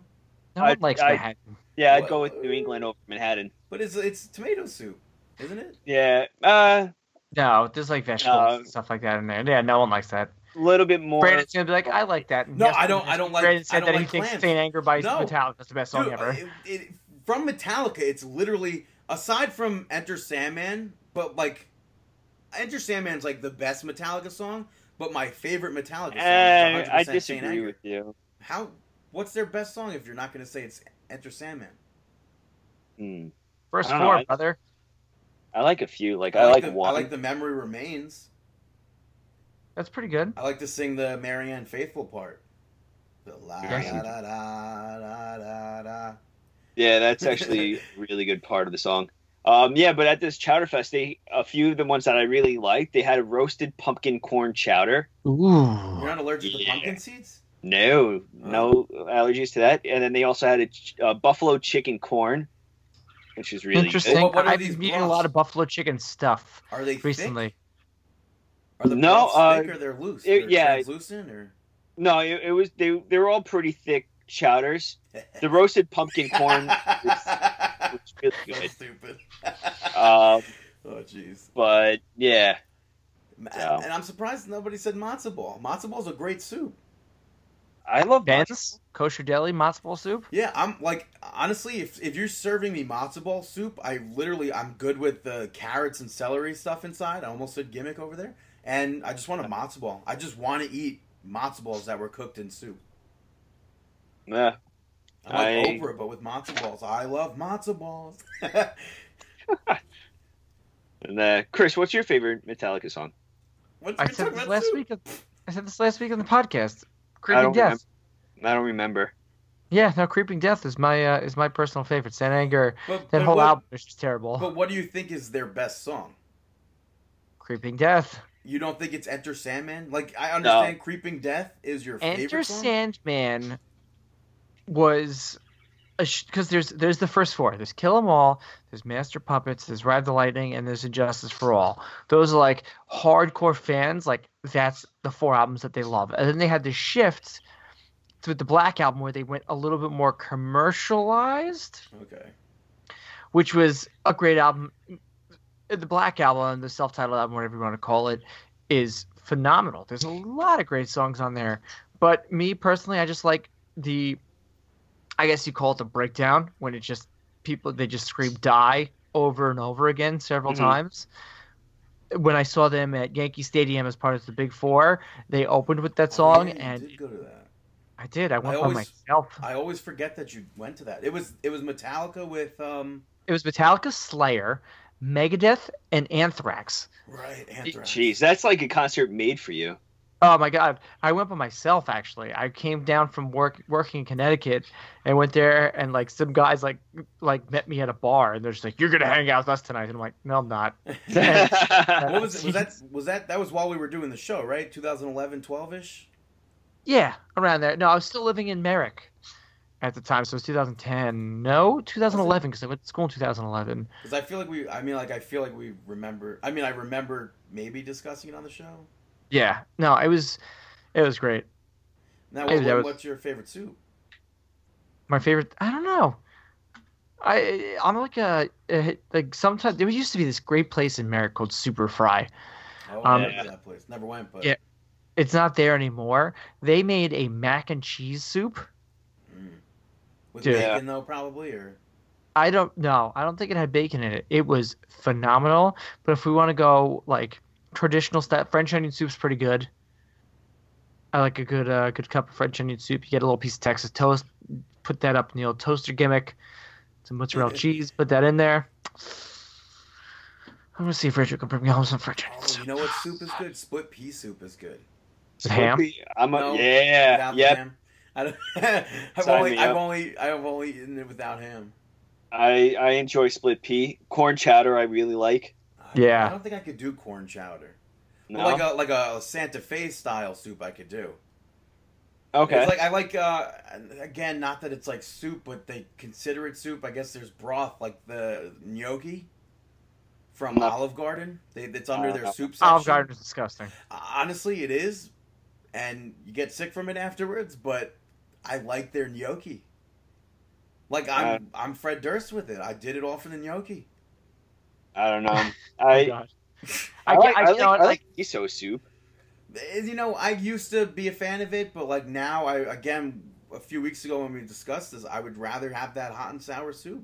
Speaker 2: No
Speaker 3: I-
Speaker 2: one likes
Speaker 3: I-
Speaker 2: Manhattan.
Speaker 3: Yeah, I'd go with New England over Manhattan.
Speaker 4: but it's it's tomato soup, isn't it?
Speaker 3: Yeah, uh,
Speaker 2: No, there's like vegetables
Speaker 3: No.
Speaker 2: and stuff like that in there. Yeah, no one likes that.
Speaker 3: a little bit more.
Speaker 2: Brandon's gonna be like, I like that. And
Speaker 4: No,
Speaker 2: yes,
Speaker 4: I don't-
Speaker 2: Brandon
Speaker 4: I don't like-
Speaker 2: Brandon said
Speaker 4: I don't
Speaker 2: that he
Speaker 4: like
Speaker 2: thinks
Speaker 4: clams.
Speaker 2: "Stay in Anger" by
Speaker 4: No.
Speaker 2: Metallica is the best song
Speaker 4: Dude,
Speaker 2: ever.
Speaker 4: it- it- from Metallica, it's literally aside from Enter Sandman, but like Enter Sandman's like the best Metallica song. But my favorite Metallica song
Speaker 3: Uh,
Speaker 4: is 100%
Speaker 3: I
Speaker 4: Saint
Speaker 3: disagree
Speaker 4: Anger.
Speaker 3: with you.
Speaker 4: How? What's their best song if you're not going to say it's Enter Sandman?
Speaker 3: Hmm.
Speaker 2: First
Speaker 3: I don't know,
Speaker 2: four,
Speaker 3: I-
Speaker 2: brother.
Speaker 3: I like a few. Like I, like,
Speaker 4: the,
Speaker 3: one.
Speaker 4: I like the Memory Remains.
Speaker 2: That's pretty good.
Speaker 4: I like to sing the Marianne Faithful part. The la da
Speaker 2: Yes.
Speaker 4: da da da da da.
Speaker 3: Yeah, that's actually a really good part of the song. Um, yeah, but at this chowder fest, they a few of the ones that I really liked. They had a roasted pumpkin corn chowder.
Speaker 4: You're
Speaker 2: Ooh.
Speaker 4: not allergic to
Speaker 3: Yeah.
Speaker 4: pumpkin seeds?
Speaker 3: No, no allergies to that. And then they also had a, ch- a buffalo chicken corn, which is really
Speaker 2: Interesting.
Speaker 3: Good.
Speaker 4: What- what are
Speaker 2: I've
Speaker 4: these
Speaker 2: been eating a
Speaker 4: broths?
Speaker 2: lot of buffalo chicken stuff
Speaker 4: Are they
Speaker 2: recently.
Speaker 4: Thick? Are the
Speaker 3: No,
Speaker 4: balls
Speaker 3: uh,
Speaker 4: thick or they're loose?
Speaker 3: it-
Speaker 4: They're
Speaker 3: yeah.
Speaker 4: translucent or
Speaker 3: No, it, it was they. They were all pretty thick chowders. The roasted pumpkin corn was, was really
Speaker 4: so
Speaker 3: good.
Speaker 4: stupid.
Speaker 3: Um,
Speaker 4: oh jeez.
Speaker 3: but yeah, So.
Speaker 4: And I'm surprised nobody said matzo ball. Matzo ball's a great soup.
Speaker 3: I love
Speaker 2: Ben's kosher deli matzo ball soup.
Speaker 4: Yeah, I'm like honestly, if if you're serving me matzo ball soup, I literally I'm good with the carrots and celery stuff inside. I almost said gimmick over there, and I just want a matzo ball. I just want to eat matzo balls that were cooked in soup.
Speaker 3: Yeah.
Speaker 4: I'm like
Speaker 3: I-
Speaker 4: Oprah, but with matzo balls. I love matzo balls.
Speaker 3: And uh, Chris, what's your favorite Metallica song?
Speaker 4: What's
Speaker 2: I
Speaker 4: we
Speaker 2: said
Speaker 4: talking
Speaker 2: this
Speaker 4: about
Speaker 2: last
Speaker 4: soup?
Speaker 2: week. on- I said this last week on the podcast.
Speaker 3: I
Speaker 2: Creeping
Speaker 3: don't
Speaker 2: Death.
Speaker 3: I don't remember.
Speaker 2: Yeah, no, Creeping Death is my uh, is my personal favorite. San Anger,
Speaker 4: But,
Speaker 2: that
Speaker 4: but
Speaker 2: whole
Speaker 4: what,
Speaker 2: album is just terrible.
Speaker 4: But what do you think is their best song?
Speaker 2: Creeping Death.
Speaker 4: You don't think it's Enter Sandman? Like I understand Creeping Death is your
Speaker 2: Enter
Speaker 4: favorite song.
Speaker 2: Sandman was because there's there's the first four. There's Kill 'Em All, there's Master Puppets, there's Ride the Lightning, and there's Injustice for All. Those are like hardcore fans. Like that's the four albums that they love. And then they had the shift with the Black album where they went a little bit more commercialized.
Speaker 4: Okay.
Speaker 2: which was a great album. The Black Album, the self-titled album, whatever you want to call it, is phenomenal. There's a lot of great songs on there, but me personally, I just like the, I guess you call it the breakdown when it just people they just scream die over and over again several
Speaker 3: Mhm.
Speaker 4: Mm-hmm.
Speaker 2: times. When I saw them at Yankee Stadium as part of the Big Four, they opened with that
Speaker 4: Oh,
Speaker 2: song,
Speaker 4: yeah, you
Speaker 2: and
Speaker 4: did go to that.
Speaker 2: I did. I went
Speaker 4: I
Speaker 2: by
Speaker 4: always-
Speaker 2: myself.
Speaker 4: I always forget that you went to that. It was it was Metallica with um
Speaker 2: It was Metallica, Slayer, Megadeth, and Anthrax.
Speaker 4: right Anthrax.
Speaker 3: Jeez, that's like a concert made for you.
Speaker 2: Oh my god! I went by myself. Actually, I came down from work working in Connecticut and went there, and like some guys like like met me at a bar, and they're just like, "You're gonna hang out with us tonight," and I'm like, "No, I'm not."
Speaker 4: What was it? Was that was that that was while we were doing the show, right? 2011, 12 ish.
Speaker 2: Yeah, around there. No, I was still living in Merrick at the time, so it was 2010. No, 2011, because I went to school in 2011.
Speaker 4: Because I feel like we, I mean, like I feel like we remember. I mean, I remember maybe discussing it on the show.
Speaker 2: Yeah, no, it was it was great.
Speaker 4: Now,
Speaker 2: Maybe
Speaker 4: what,
Speaker 2: that was-
Speaker 4: what's your favorite soup?
Speaker 2: my favorite i don't know i i'm like a, a like sometimes there used to be this great place in merrick called super fry
Speaker 4: Oh,
Speaker 2: Um,
Speaker 4: yeah. that place. Never went, but
Speaker 2: yeah. it's not there anymore they made a mac and cheese soup
Speaker 4: Mm. with
Speaker 2: Dude.
Speaker 4: bacon though, probably or
Speaker 2: i don't know i don't think it had bacon in it it was phenomenal but if we want to go like traditional stuff french onion soup's pretty good i like a good uh, good cup of french onion soup you get a little piece of texas toast put that up in the old toaster gimmick some mozzarella cheese put that in there i'm gonna see if rachel can bring me home some french onion
Speaker 4: oh,
Speaker 2: soup
Speaker 4: you know what soup is good? Split pea soup is good.
Speaker 2: With ham?
Speaker 3: I'm a,
Speaker 4: No,
Speaker 3: yeah,
Speaker 4: Without the
Speaker 3: yep.
Speaker 4: ham. I don't, I've
Speaker 3: Sign
Speaker 4: only,
Speaker 3: me
Speaker 4: I've
Speaker 3: up.
Speaker 4: only, I've only eaten it without ham.
Speaker 3: I I enjoy split pea, corn chowder. I really like.
Speaker 4: I-
Speaker 2: Yeah.
Speaker 4: I don't think I could do corn chowder.
Speaker 3: No?
Speaker 4: Well, Like a like a Santa Fe style soup, I could do.
Speaker 3: okay,
Speaker 4: It's like I like uh, again, not that it's like soup, but they consider it soup. I guess there's broth like the gnocchi from
Speaker 3: No.
Speaker 4: Olive Garden. They, it's under their
Speaker 3: Uh,
Speaker 4: soup section. Uh,
Speaker 2: Olive Garden is disgusting.
Speaker 4: Honestly, it is, and you get sick from it afterwards. But I like their gnocchi. Like
Speaker 3: Uh,
Speaker 4: I'm, I'm Fred Durst with it. I did it all for the gnocchi.
Speaker 3: I don't know.
Speaker 2: Oh,
Speaker 3: I
Speaker 2: God. I, can't- I,
Speaker 3: I like,
Speaker 2: you know,
Speaker 3: I
Speaker 2: like,
Speaker 3: like miso soup.
Speaker 4: Eh, You know, I used to be a fan of it, but like now, I again a few weeks ago when we discussed this, I would rather have that hot and sour soup.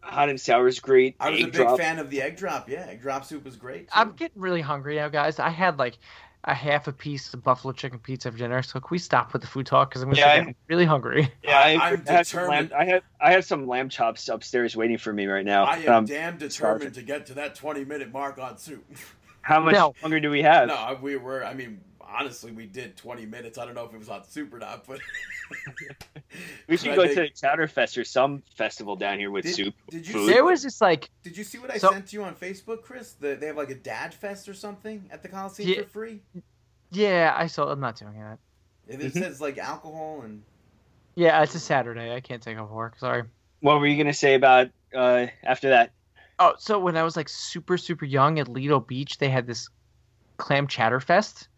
Speaker 3: Hot and sour is great.
Speaker 4: I was
Speaker 3: Egg
Speaker 4: a big
Speaker 3: drop.
Speaker 4: fan of the egg drop. Yeah, egg drop soup was great. too.
Speaker 2: I'm getting really hungry now, guys. I had like a half a piece of buffalo chicken pizza for dinner, so can we stop with the food talk? Because I'm gonna
Speaker 3: Yeah,
Speaker 2: get really hungry.
Speaker 3: Yeah, I,
Speaker 4: I'm
Speaker 3: I have some
Speaker 4: determined.
Speaker 3: lamb, I have I have some lamb chops upstairs waiting for me right now.
Speaker 4: I am
Speaker 3: Um,
Speaker 4: damn determined to get to that twenty minute mark on soup.
Speaker 3: how much
Speaker 2: No.
Speaker 3: hunger do we have?
Speaker 4: no, I- we were. I mean, honestly, we did twenty minutes. I don't know if it was on soup or not, but
Speaker 3: We should
Speaker 4: I
Speaker 3: go
Speaker 4: think-
Speaker 3: to Chowder Fest or some festival down here with
Speaker 4: Did-
Speaker 3: soup.
Speaker 4: did you
Speaker 3: food.
Speaker 4: see-
Speaker 2: There was this like,
Speaker 4: Did you see what I
Speaker 2: So-
Speaker 4: sent you on Facebook, Chris? The, they have like a dad fest or something at the Coliseum
Speaker 2: Yeah.
Speaker 4: for free.
Speaker 2: yeah, I saw. I'm not doing that.
Speaker 4: It
Speaker 3: Mhm.
Speaker 4: says like alcohol and
Speaker 2: Yeah, it's a Saturday. I can't take off work. Sorry.
Speaker 3: What were you gonna say about uh, after that?
Speaker 2: Oh, so when I was like super super young at Lido Beach, they had this clam chowder fest,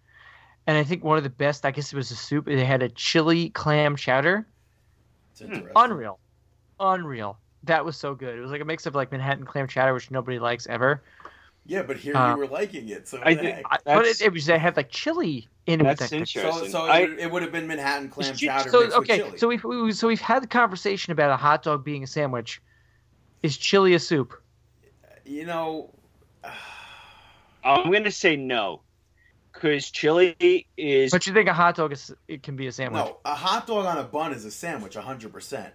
Speaker 2: and I think one of the best. I guess it was a soup. They had a chili clam chowder.
Speaker 4: it's interesting.
Speaker 2: Hmm, Unreal. Unreal. That was so good. It was like a mix of like Manhattan clam chowder, which nobody likes ever.
Speaker 4: Yeah, but here
Speaker 2: Uh,
Speaker 4: you were liking it, so
Speaker 3: I
Speaker 4: what the
Speaker 3: did-
Speaker 4: heck?
Speaker 2: I, but
Speaker 3: That's-
Speaker 2: it, it was they had like chili in it. with
Speaker 3: That's
Speaker 2: that-
Speaker 4: So,
Speaker 3: interesting.
Speaker 4: so
Speaker 3: I-
Speaker 4: it, would, it would have been Manhattan clam
Speaker 2: It's ju-
Speaker 4: chowder
Speaker 2: so
Speaker 4: mixed with
Speaker 2: okay,
Speaker 4: chili.
Speaker 2: so we've we, so we've had the conversation about a hot dog being a sandwich. Is chili a soup?
Speaker 4: you know,
Speaker 3: I'm gonna say no, because chili is
Speaker 2: But you think a hot dog is it can be a sandwich?
Speaker 4: no, a hot dog on a bun is a sandwich, hundred percent.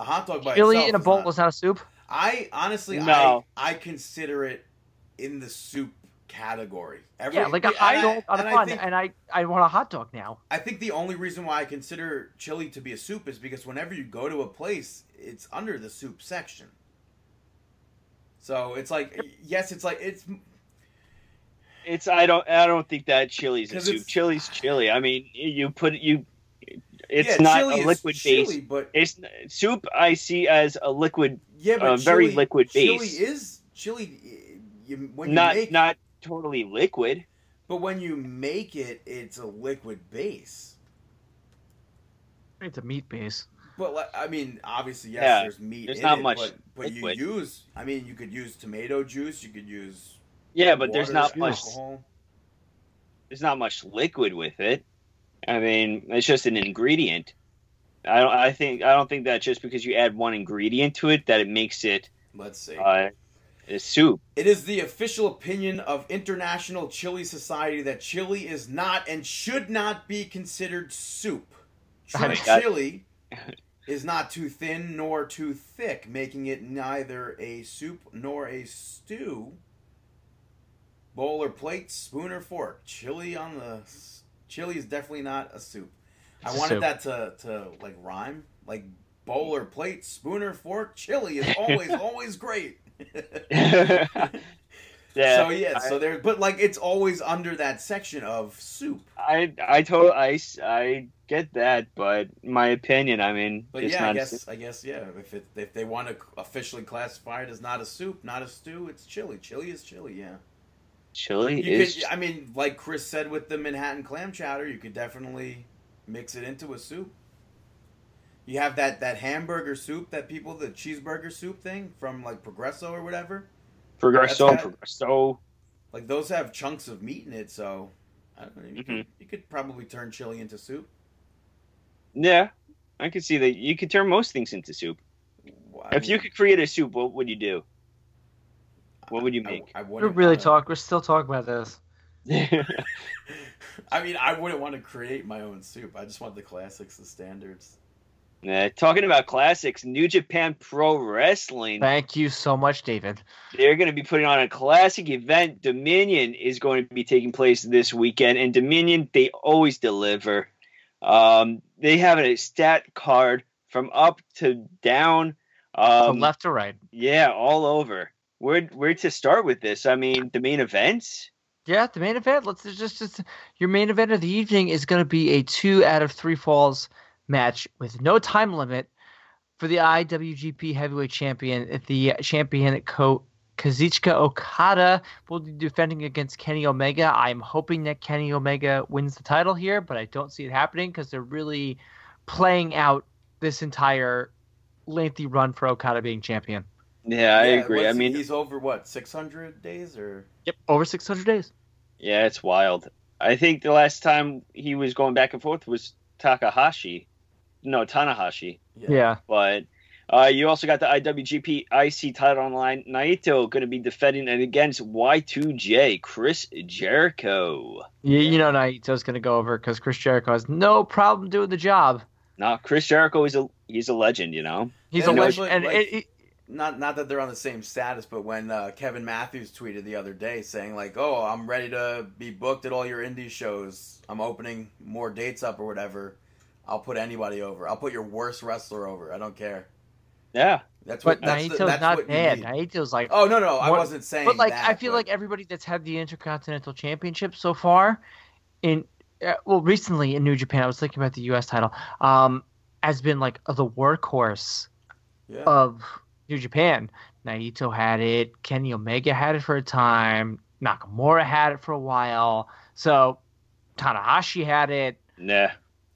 Speaker 4: A hot dog by
Speaker 2: chili
Speaker 4: itself
Speaker 2: in a
Speaker 4: is
Speaker 2: bowl
Speaker 4: not-
Speaker 2: is not a soup.
Speaker 4: I honestly,
Speaker 3: No.
Speaker 4: I I consider it in the soup category. Every,
Speaker 2: yeah, like a
Speaker 4: and
Speaker 2: hot
Speaker 4: I-
Speaker 2: dog on a
Speaker 4: and I
Speaker 2: bun,
Speaker 4: think-
Speaker 2: and I I want a hot dog now.
Speaker 4: I think the only reason why I consider chili to be a soup is because whenever you go to a place, it's under the soup section. So it's like, yes, it's like it's
Speaker 3: It's I don't I don't think that chili's a
Speaker 4: 'Cause
Speaker 3: soup.
Speaker 4: it's-
Speaker 3: Chili's chili. I mean, you put you. It's
Speaker 4: yeah,
Speaker 3: not
Speaker 4: chili
Speaker 3: a
Speaker 4: is
Speaker 3: liquid
Speaker 4: chili,
Speaker 3: base.
Speaker 4: but
Speaker 3: It's soup. I see as a liquid,
Speaker 4: yeah, but
Speaker 3: a very
Speaker 4: chili-
Speaker 3: liquid
Speaker 4: Chili
Speaker 3: base.
Speaker 4: is chili. y- You, when
Speaker 3: not
Speaker 4: you make,
Speaker 3: not totally liquid.
Speaker 4: but when you make it, it's a liquid base.
Speaker 2: It's a meat base.
Speaker 4: But like, I mean, obviously, yes,
Speaker 3: Yeah,
Speaker 4: there's meat.
Speaker 3: there's
Speaker 4: in
Speaker 3: not
Speaker 4: it,
Speaker 3: much
Speaker 4: but, but you
Speaker 3: liquid.
Speaker 4: use. I mean, you could use tomato juice. You could use.
Speaker 3: Yeah, but there's
Speaker 4: water,
Speaker 3: not much.
Speaker 4: Alcohol.
Speaker 3: There's not much liquid with it. I mean, it's just an ingredient. I don't. I think. I don't think that just because you add one ingredient to it that it makes it
Speaker 4: Let's see.
Speaker 3: uh, a soup.
Speaker 4: It is the official opinion of International Chili Society that chili is not and should not be considered soup.
Speaker 2: Oh my
Speaker 4: True
Speaker 3: God.
Speaker 4: chili is not too thin nor too thick, making it neither a soup nor a stew. Bowl or plate, spoon or fork. Chili on the chili is definitely not a soup.
Speaker 2: It's
Speaker 4: I
Speaker 2: a
Speaker 4: wanted
Speaker 2: soup.
Speaker 4: that to to like rhyme, like bowl or plate, spoon or fork. Chili is always always great.
Speaker 3: yeah.
Speaker 4: So yeah, so there, but like it's always under that section of soup.
Speaker 3: I I told I, s- I get that, but my opinion, I mean,
Speaker 4: But
Speaker 3: it's
Speaker 4: yeah,
Speaker 3: not
Speaker 4: I
Speaker 3: a
Speaker 4: guess
Speaker 3: soup.
Speaker 4: I guess yeah. If it if they want to officially classify it as not a soup, not a stew, it's chili. Chili is chili. Yeah.
Speaker 3: chili
Speaker 4: You
Speaker 3: is
Speaker 4: could, I mean, like Chris said with the Manhattan clam chowder, you could definitely mix it into a soup. You have that that hamburger soup that people the cheeseburger soup thing from like Progresso or whatever.
Speaker 3: progresso,
Speaker 4: that's not-
Speaker 3: progresso.
Speaker 4: Like those have chunks of meat in it, so I don't know. You,
Speaker 3: Mm-hmm.
Speaker 4: could, you could probably turn chili into soup.
Speaker 3: Yeah, I could see that. You could turn most things into soup.
Speaker 4: I
Speaker 3: if you
Speaker 4: mean,
Speaker 3: could create a soup, what would you do? What would you
Speaker 4: I-
Speaker 3: make?
Speaker 4: I,
Speaker 2: We're
Speaker 4: wouldn't
Speaker 2: really
Speaker 4: wanna-
Speaker 2: talk. We're still talking about this.
Speaker 4: I mean, I wouldn't want to create my own soup. I just want the classics, the standards.
Speaker 3: Nah, talking about classics, New Japan Pro Wrestling.
Speaker 2: Thank you so much, David.
Speaker 3: They're going to be putting on a classic event. Dominion is going to be taking place this weekend, and Dominion they always deliver. Um, they have a stat card from up to down.
Speaker 2: From
Speaker 3: Um,
Speaker 2: left to right.
Speaker 3: Yeah, all over. Where where to start with this? I mean, the main events.
Speaker 2: Yeah, the main event. Let's it's just, just your main event of the evening is going to be a two out of three falls match with no time limit for the IWGP Heavyweight Champion. The champion Ko Kazuchika Okada will be defending against Kenny Omega. I'm hoping that Kenny Omega wins the title here, but I don't see it happening because they're really playing out this entire lengthy run for Okada being champion.
Speaker 3: Yeah, I
Speaker 4: Yeah,
Speaker 3: agree. I
Speaker 4: what's-
Speaker 3: mean,
Speaker 4: he's over what six hundred days or
Speaker 2: Yep, over 600 days.
Speaker 3: yeah, it's wild. I think the last time he was going back and forth was Takahashi, no Tanahashi.
Speaker 2: Yeah.
Speaker 3: But uh, you also got the IWGP IC title on the line. Naito going to be defending and against Y2J Chris Jericho.
Speaker 2: You,
Speaker 4: Yeah.
Speaker 2: you know Naito's gonna go over because Chris Jericho has no problem doing the job.
Speaker 3: Now Chris Jericho is a he's a legend, you know.
Speaker 2: He's
Speaker 4: Yeah,
Speaker 2: a
Speaker 4: no,
Speaker 2: legend,
Speaker 4: but,
Speaker 2: and
Speaker 4: like-
Speaker 2: it, it,
Speaker 4: Not not that they're on the same status, but when uh, Kevin Matthews tweeted the other day saying like, "Oh, I'm ready to be booked at all your indie shows. I'm opening more dates up or whatever. I'll put anybody over. I'll put your worst wrestler over. I don't care."
Speaker 3: Yeah,
Speaker 4: That's what.
Speaker 2: but
Speaker 4: that's the-
Speaker 2: Naito's
Speaker 4: that's
Speaker 2: not
Speaker 4: what you
Speaker 2: bad.
Speaker 4: need.
Speaker 2: Naito's like,
Speaker 4: Oh no, no, I
Speaker 2: What-
Speaker 4: wasn't saying.
Speaker 2: but like
Speaker 4: that,
Speaker 2: I feel
Speaker 4: but-
Speaker 2: like everybody that's had the Intercontinental Championship so far, in uh, well recently in New Japan, I was thinking about the U.S. title, um, has been like the workhorse
Speaker 4: yeah.
Speaker 2: of New Japan. Naito had it. Kenny Omega had it for a time. Nakamura had it for a while. So Tanahashi had it.
Speaker 3: nah.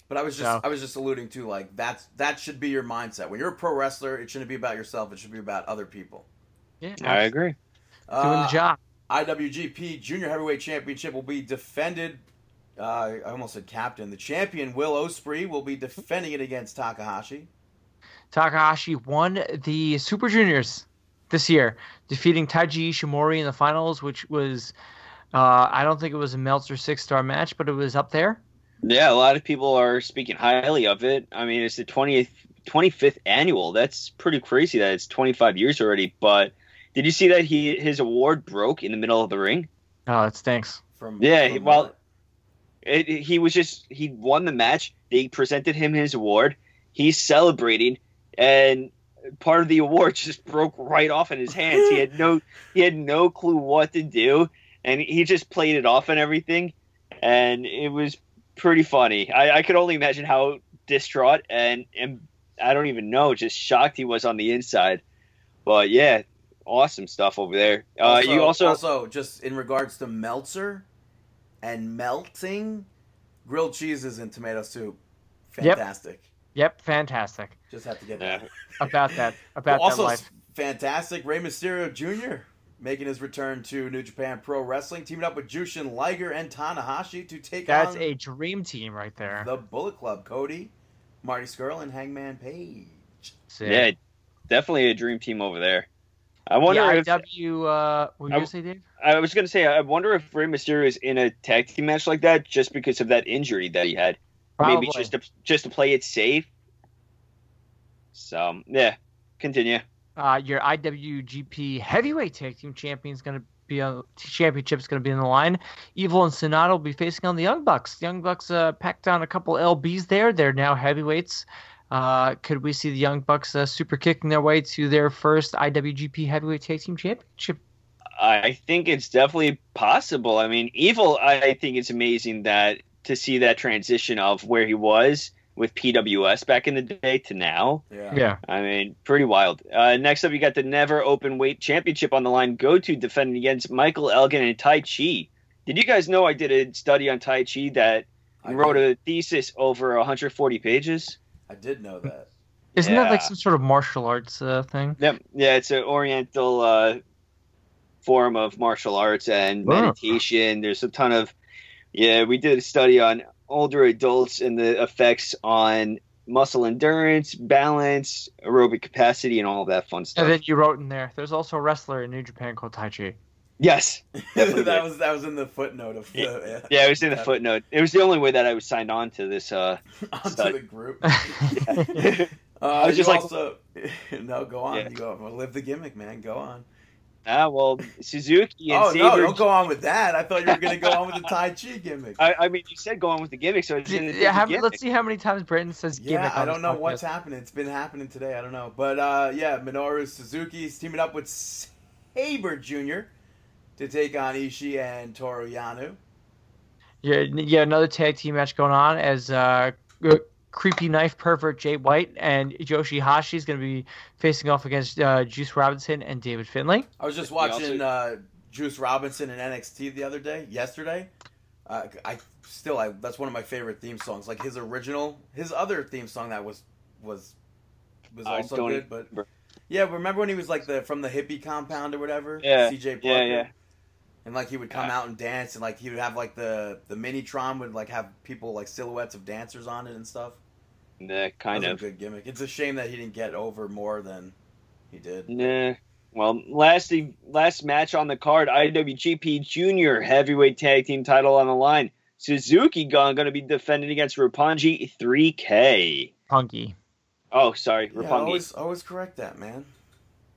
Speaker 4: But I was just
Speaker 2: So-
Speaker 4: I was just alluding to like that's that should be your mindset. When you're a pro wrestler, it shouldn't be about yourself. It should be about other people.
Speaker 2: Yeah,
Speaker 3: I agree.
Speaker 2: doing
Speaker 4: Uh,
Speaker 2: the job.
Speaker 4: IWGP Junior Heavyweight Championship will be defended. Uh, I almost said captain. The champion Will Osprey will be defending it against Takahashi.
Speaker 2: Takahashi won the Super Juniors this year, defeating Taiji Ishimori in the finals, which was uh, I don't think it was a Meltzer six star match, but it was up there.
Speaker 3: Yeah, a lot of people are speaking highly of it. I mean, it's the 20th, 25th annual. That's pretty crazy that it's 25 years already. But did you see that he his award broke in the middle of the ring?
Speaker 2: Oh, that stinks.
Speaker 4: From
Speaker 3: Yeah,
Speaker 4: from
Speaker 3: well, It, it- he was just he won the match. They presented him his award. He's celebrating, and part of the award just broke right off in his hands. he had no he had no clue what to do, and he just played it off and everything. And it was pretty funny. I, I could only imagine how distraught and and I don't even know, just shocked he was on the inside. But yeah, awesome stuff over there. Uh, you also,
Speaker 4: also just in regards to Meltzer and melting grilled cheeses and tomato soup.
Speaker 2: Yep.
Speaker 4: Fantastic.
Speaker 2: Yep, fantastic.
Speaker 4: Just have to get
Speaker 3: Yeah.
Speaker 4: that.
Speaker 2: About that. About
Speaker 4: also
Speaker 2: that life.
Speaker 4: fantastic. Rey Mysterio Jr. making his return to New Japan Pro Wrestling, teaming up with Jushin Liger and Tanahashi to take
Speaker 2: That's
Speaker 4: on
Speaker 2: a dream team right there.
Speaker 4: the Bullet Club. Cody, Marty Skrull, and Hangman Page.
Speaker 2: Sick.
Speaker 3: yeah, definitely a dream team over there. I wonder
Speaker 2: the
Speaker 3: if
Speaker 2: IW, E uh, what were you
Speaker 3: I-
Speaker 2: gonna say, Dave?
Speaker 3: I was going to say, I wonder if Rey Mysterio is in a tag team match like that just because of that injury that he had.
Speaker 2: Probably.
Speaker 3: Maybe just to just to play it safe. So yeah, continue.
Speaker 2: uh, your IWGP Heavyweight Tag Team Champion's going to be on championship's going to be in the line. Evil and Sonata will be facing on the Young Bucks. The Young Bucks uh, packed down a couple lbs there. They're now heavyweights. Uh, could we see the Young Bucks uh, super kicking their way to their first IWGP Heavyweight Tag Team Championship?
Speaker 3: I think it's definitely possible. I mean, Evil. I think it's amazing that to see that transition of where he was with PWS back in the day to now.
Speaker 2: Yeah,
Speaker 3: I mean, pretty wild. Uh, next up, you got the never open weight championship on the line. Go to defending against Michael Elgin and Tai Chi. Did you guys know I did a study on Tai Chi that
Speaker 4: I
Speaker 3: wrote
Speaker 4: did,
Speaker 3: a thesis over 140 pages?
Speaker 4: I did know that.
Speaker 2: isn't that like
Speaker 3: Yeah.
Speaker 2: some sort of martial arts uh, thing?
Speaker 3: Yep. Yeah, it's an Oriental uh, form of martial arts and
Speaker 2: Wow.
Speaker 3: meditation. There's a ton of. Yeah, we did a study on older adults and the effects on muscle endurance, balance, aerobic capacity, and all that fun stuff.
Speaker 2: And then you wrote in there. There's also a wrestler in New Japan called Tai Chi.
Speaker 3: yes. Definitely
Speaker 4: that
Speaker 3: did.
Speaker 4: was that was in the footnote of the, yeah,
Speaker 3: Yeah, it was in the
Speaker 4: Yeah.
Speaker 3: footnote. It was the only way that I was signed on to this. Uh,
Speaker 4: onto
Speaker 3: Sorry.
Speaker 4: the group.
Speaker 3: I
Speaker 4: Uh,
Speaker 3: was just
Speaker 4: you
Speaker 3: like-
Speaker 4: also, no, go on.
Speaker 3: Yeah.
Speaker 4: You go well, live the gimmick, man. Go on.
Speaker 3: ah, well, Suzuki and
Speaker 4: oh no,
Speaker 3: Saber.
Speaker 4: don't go on with that. I thought you were gonna go on with the Tai Chi gimmick.
Speaker 3: I, I mean, you said go on with the gimmick, so it's in the,
Speaker 2: yeah, have,
Speaker 3: gimmick.
Speaker 2: let's see how many times Brandon says
Speaker 4: yeah,
Speaker 2: gimmick.
Speaker 4: I
Speaker 2: on
Speaker 4: don't
Speaker 2: this
Speaker 4: know
Speaker 2: podcast.
Speaker 4: what's happening. It's been happening today. I don't know, but uh, yeah, Minoru Suzuki's teaming up with Saber Jr. to take on Ishii and Toru Yano.
Speaker 2: Yeah, n- yeah, another tag team match going on as uh, g- creepy knife pervert Jay White and Yoshihashi is going to be facing off against uh, Juice Robinson and David Finlay.
Speaker 4: I was just
Speaker 3: We also-
Speaker 4: watching uh, Juice Robinson in NXT the other day, yesterday. Uh, I still, I that's one of my favorite theme songs. Like his original, his other theme song that was was was
Speaker 3: I
Speaker 4: also
Speaker 3: don't
Speaker 4: good. But
Speaker 3: remember.
Speaker 4: yeah, remember when he was like the from the hippie compound or whatever?
Speaker 3: Yeah,
Speaker 4: CJ
Speaker 3: yeah,
Speaker 4: Parker.
Speaker 3: yeah.
Speaker 4: And like he would come
Speaker 3: Yeah.
Speaker 4: out and dance, and like he would have like the the Minitron would like have people like silhouettes of dancers on it and stuff.
Speaker 3: Nah,
Speaker 4: That
Speaker 3: uh, kind
Speaker 4: was
Speaker 3: of.
Speaker 4: a good gimmick. It's a shame that he didn't get over more than he did.
Speaker 3: Nah. Well, last last match on the card, IWGP Junior Heavyweight Tag Team Title on the line. Suzuki Gun going to be defending against Roppongi 3K.
Speaker 2: Punky.
Speaker 3: Oh, sorry,
Speaker 4: Yeah,
Speaker 3: Roppongi.
Speaker 4: always always correct that man.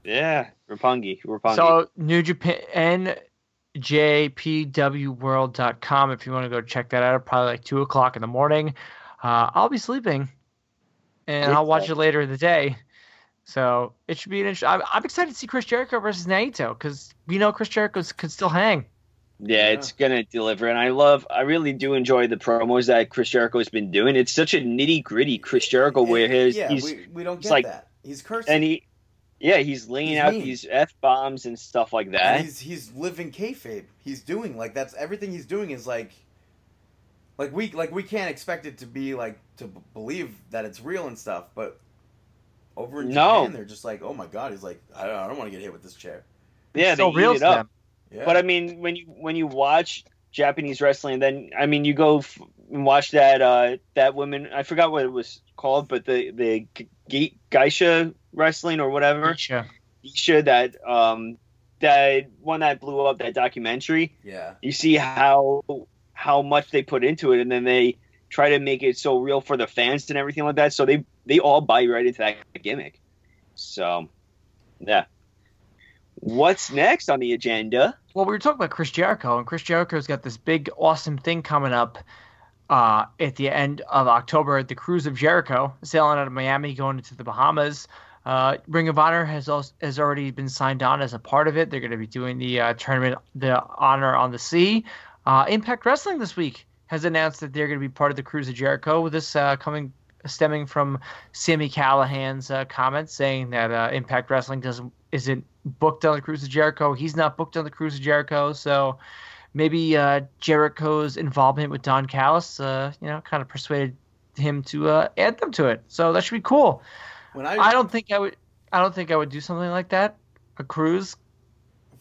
Speaker 3: Yeah, Roppongi, Roppongi.
Speaker 2: So New Japan NJPWWorld.com if you want to go check that out. Probably like two o'clock in the morning. Uh, I'll be sleeping, and I'll watch it later in the day. So it should be an interesting. I'm, I'm excited to see Chris Jericho versus Naito because we know Chris Jericho could still hang.
Speaker 3: Yeah,
Speaker 4: Yeah.
Speaker 3: it's gonna deliver, and I love. I really do enjoy the promos that Chris Jericho has been doing. It's such a nitty gritty Chris Jericho, where his
Speaker 4: yeah,
Speaker 3: he's
Speaker 4: we, we don't
Speaker 3: he's
Speaker 4: get
Speaker 3: like-
Speaker 4: that. He's cursing.
Speaker 3: and he, yeah, he's laying
Speaker 4: He's
Speaker 3: out
Speaker 4: mean.
Speaker 3: these f bombs and stuff like
Speaker 4: And
Speaker 3: that.
Speaker 4: he's he's living kayfabe. He's doing like that's everything he's doing is like, like we like we can't expect it to be like to b- believe that it's real and stuff. But over in
Speaker 3: No.
Speaker 4: Japan, they're just like, oh my god, he's like, I don't, I don't want to get hit with this chair.
Speaker 3: yeah,
Speaker 2: so
Speaker 3: they eat it up.
Speaker 4: Yeah,
Speaker 3: But I mean, when you when you watch Japanese wrestling, then I mean, you go f- and watch that uh that woman. I forgot what it was called, but the the g- ge- geisha wrestling or whatever
Speaker 2: Sure.
Speaker 3: geisha that um that one that blew up that documentary.
Speaker 4: yeah,
Speaker 3: you see how how much they put into it and then they try to make it so real for the fans and everything like that so they they all buy right into that gimmick so yeah What's next on the agenda?
Speaker 2: Well, we were talking about Chris Jericho, and Chris Jericho's got this big, awesome thing coming up uh, at the end of October at the Cruise of Jericho, sailing out of Miami, going into the Bahamas. Uh, Ring of Honor has also, has already been signed on as a part of it. They're going to be doing the uh, tournament, the Honor on the Sea. Uh, Impact Wrestling this week has announced that they're going to be part of the Cruise of Jericho. This uh, coming stemming from Sammy Callahan's uh, comments saying that uh, Impact Wrestling doesn't isn't booked on the Cruise of Jericho. He's not booked on the Cruise of Jericho, so maybe uh, Jericho's involvement with Don Callis, uh, you know, kind of persuaded him to uh, add them to it. So that should be cool.
Speaker 4: When
Speaker 2: I don't think I would. I don't think I would do something like that. A cruise.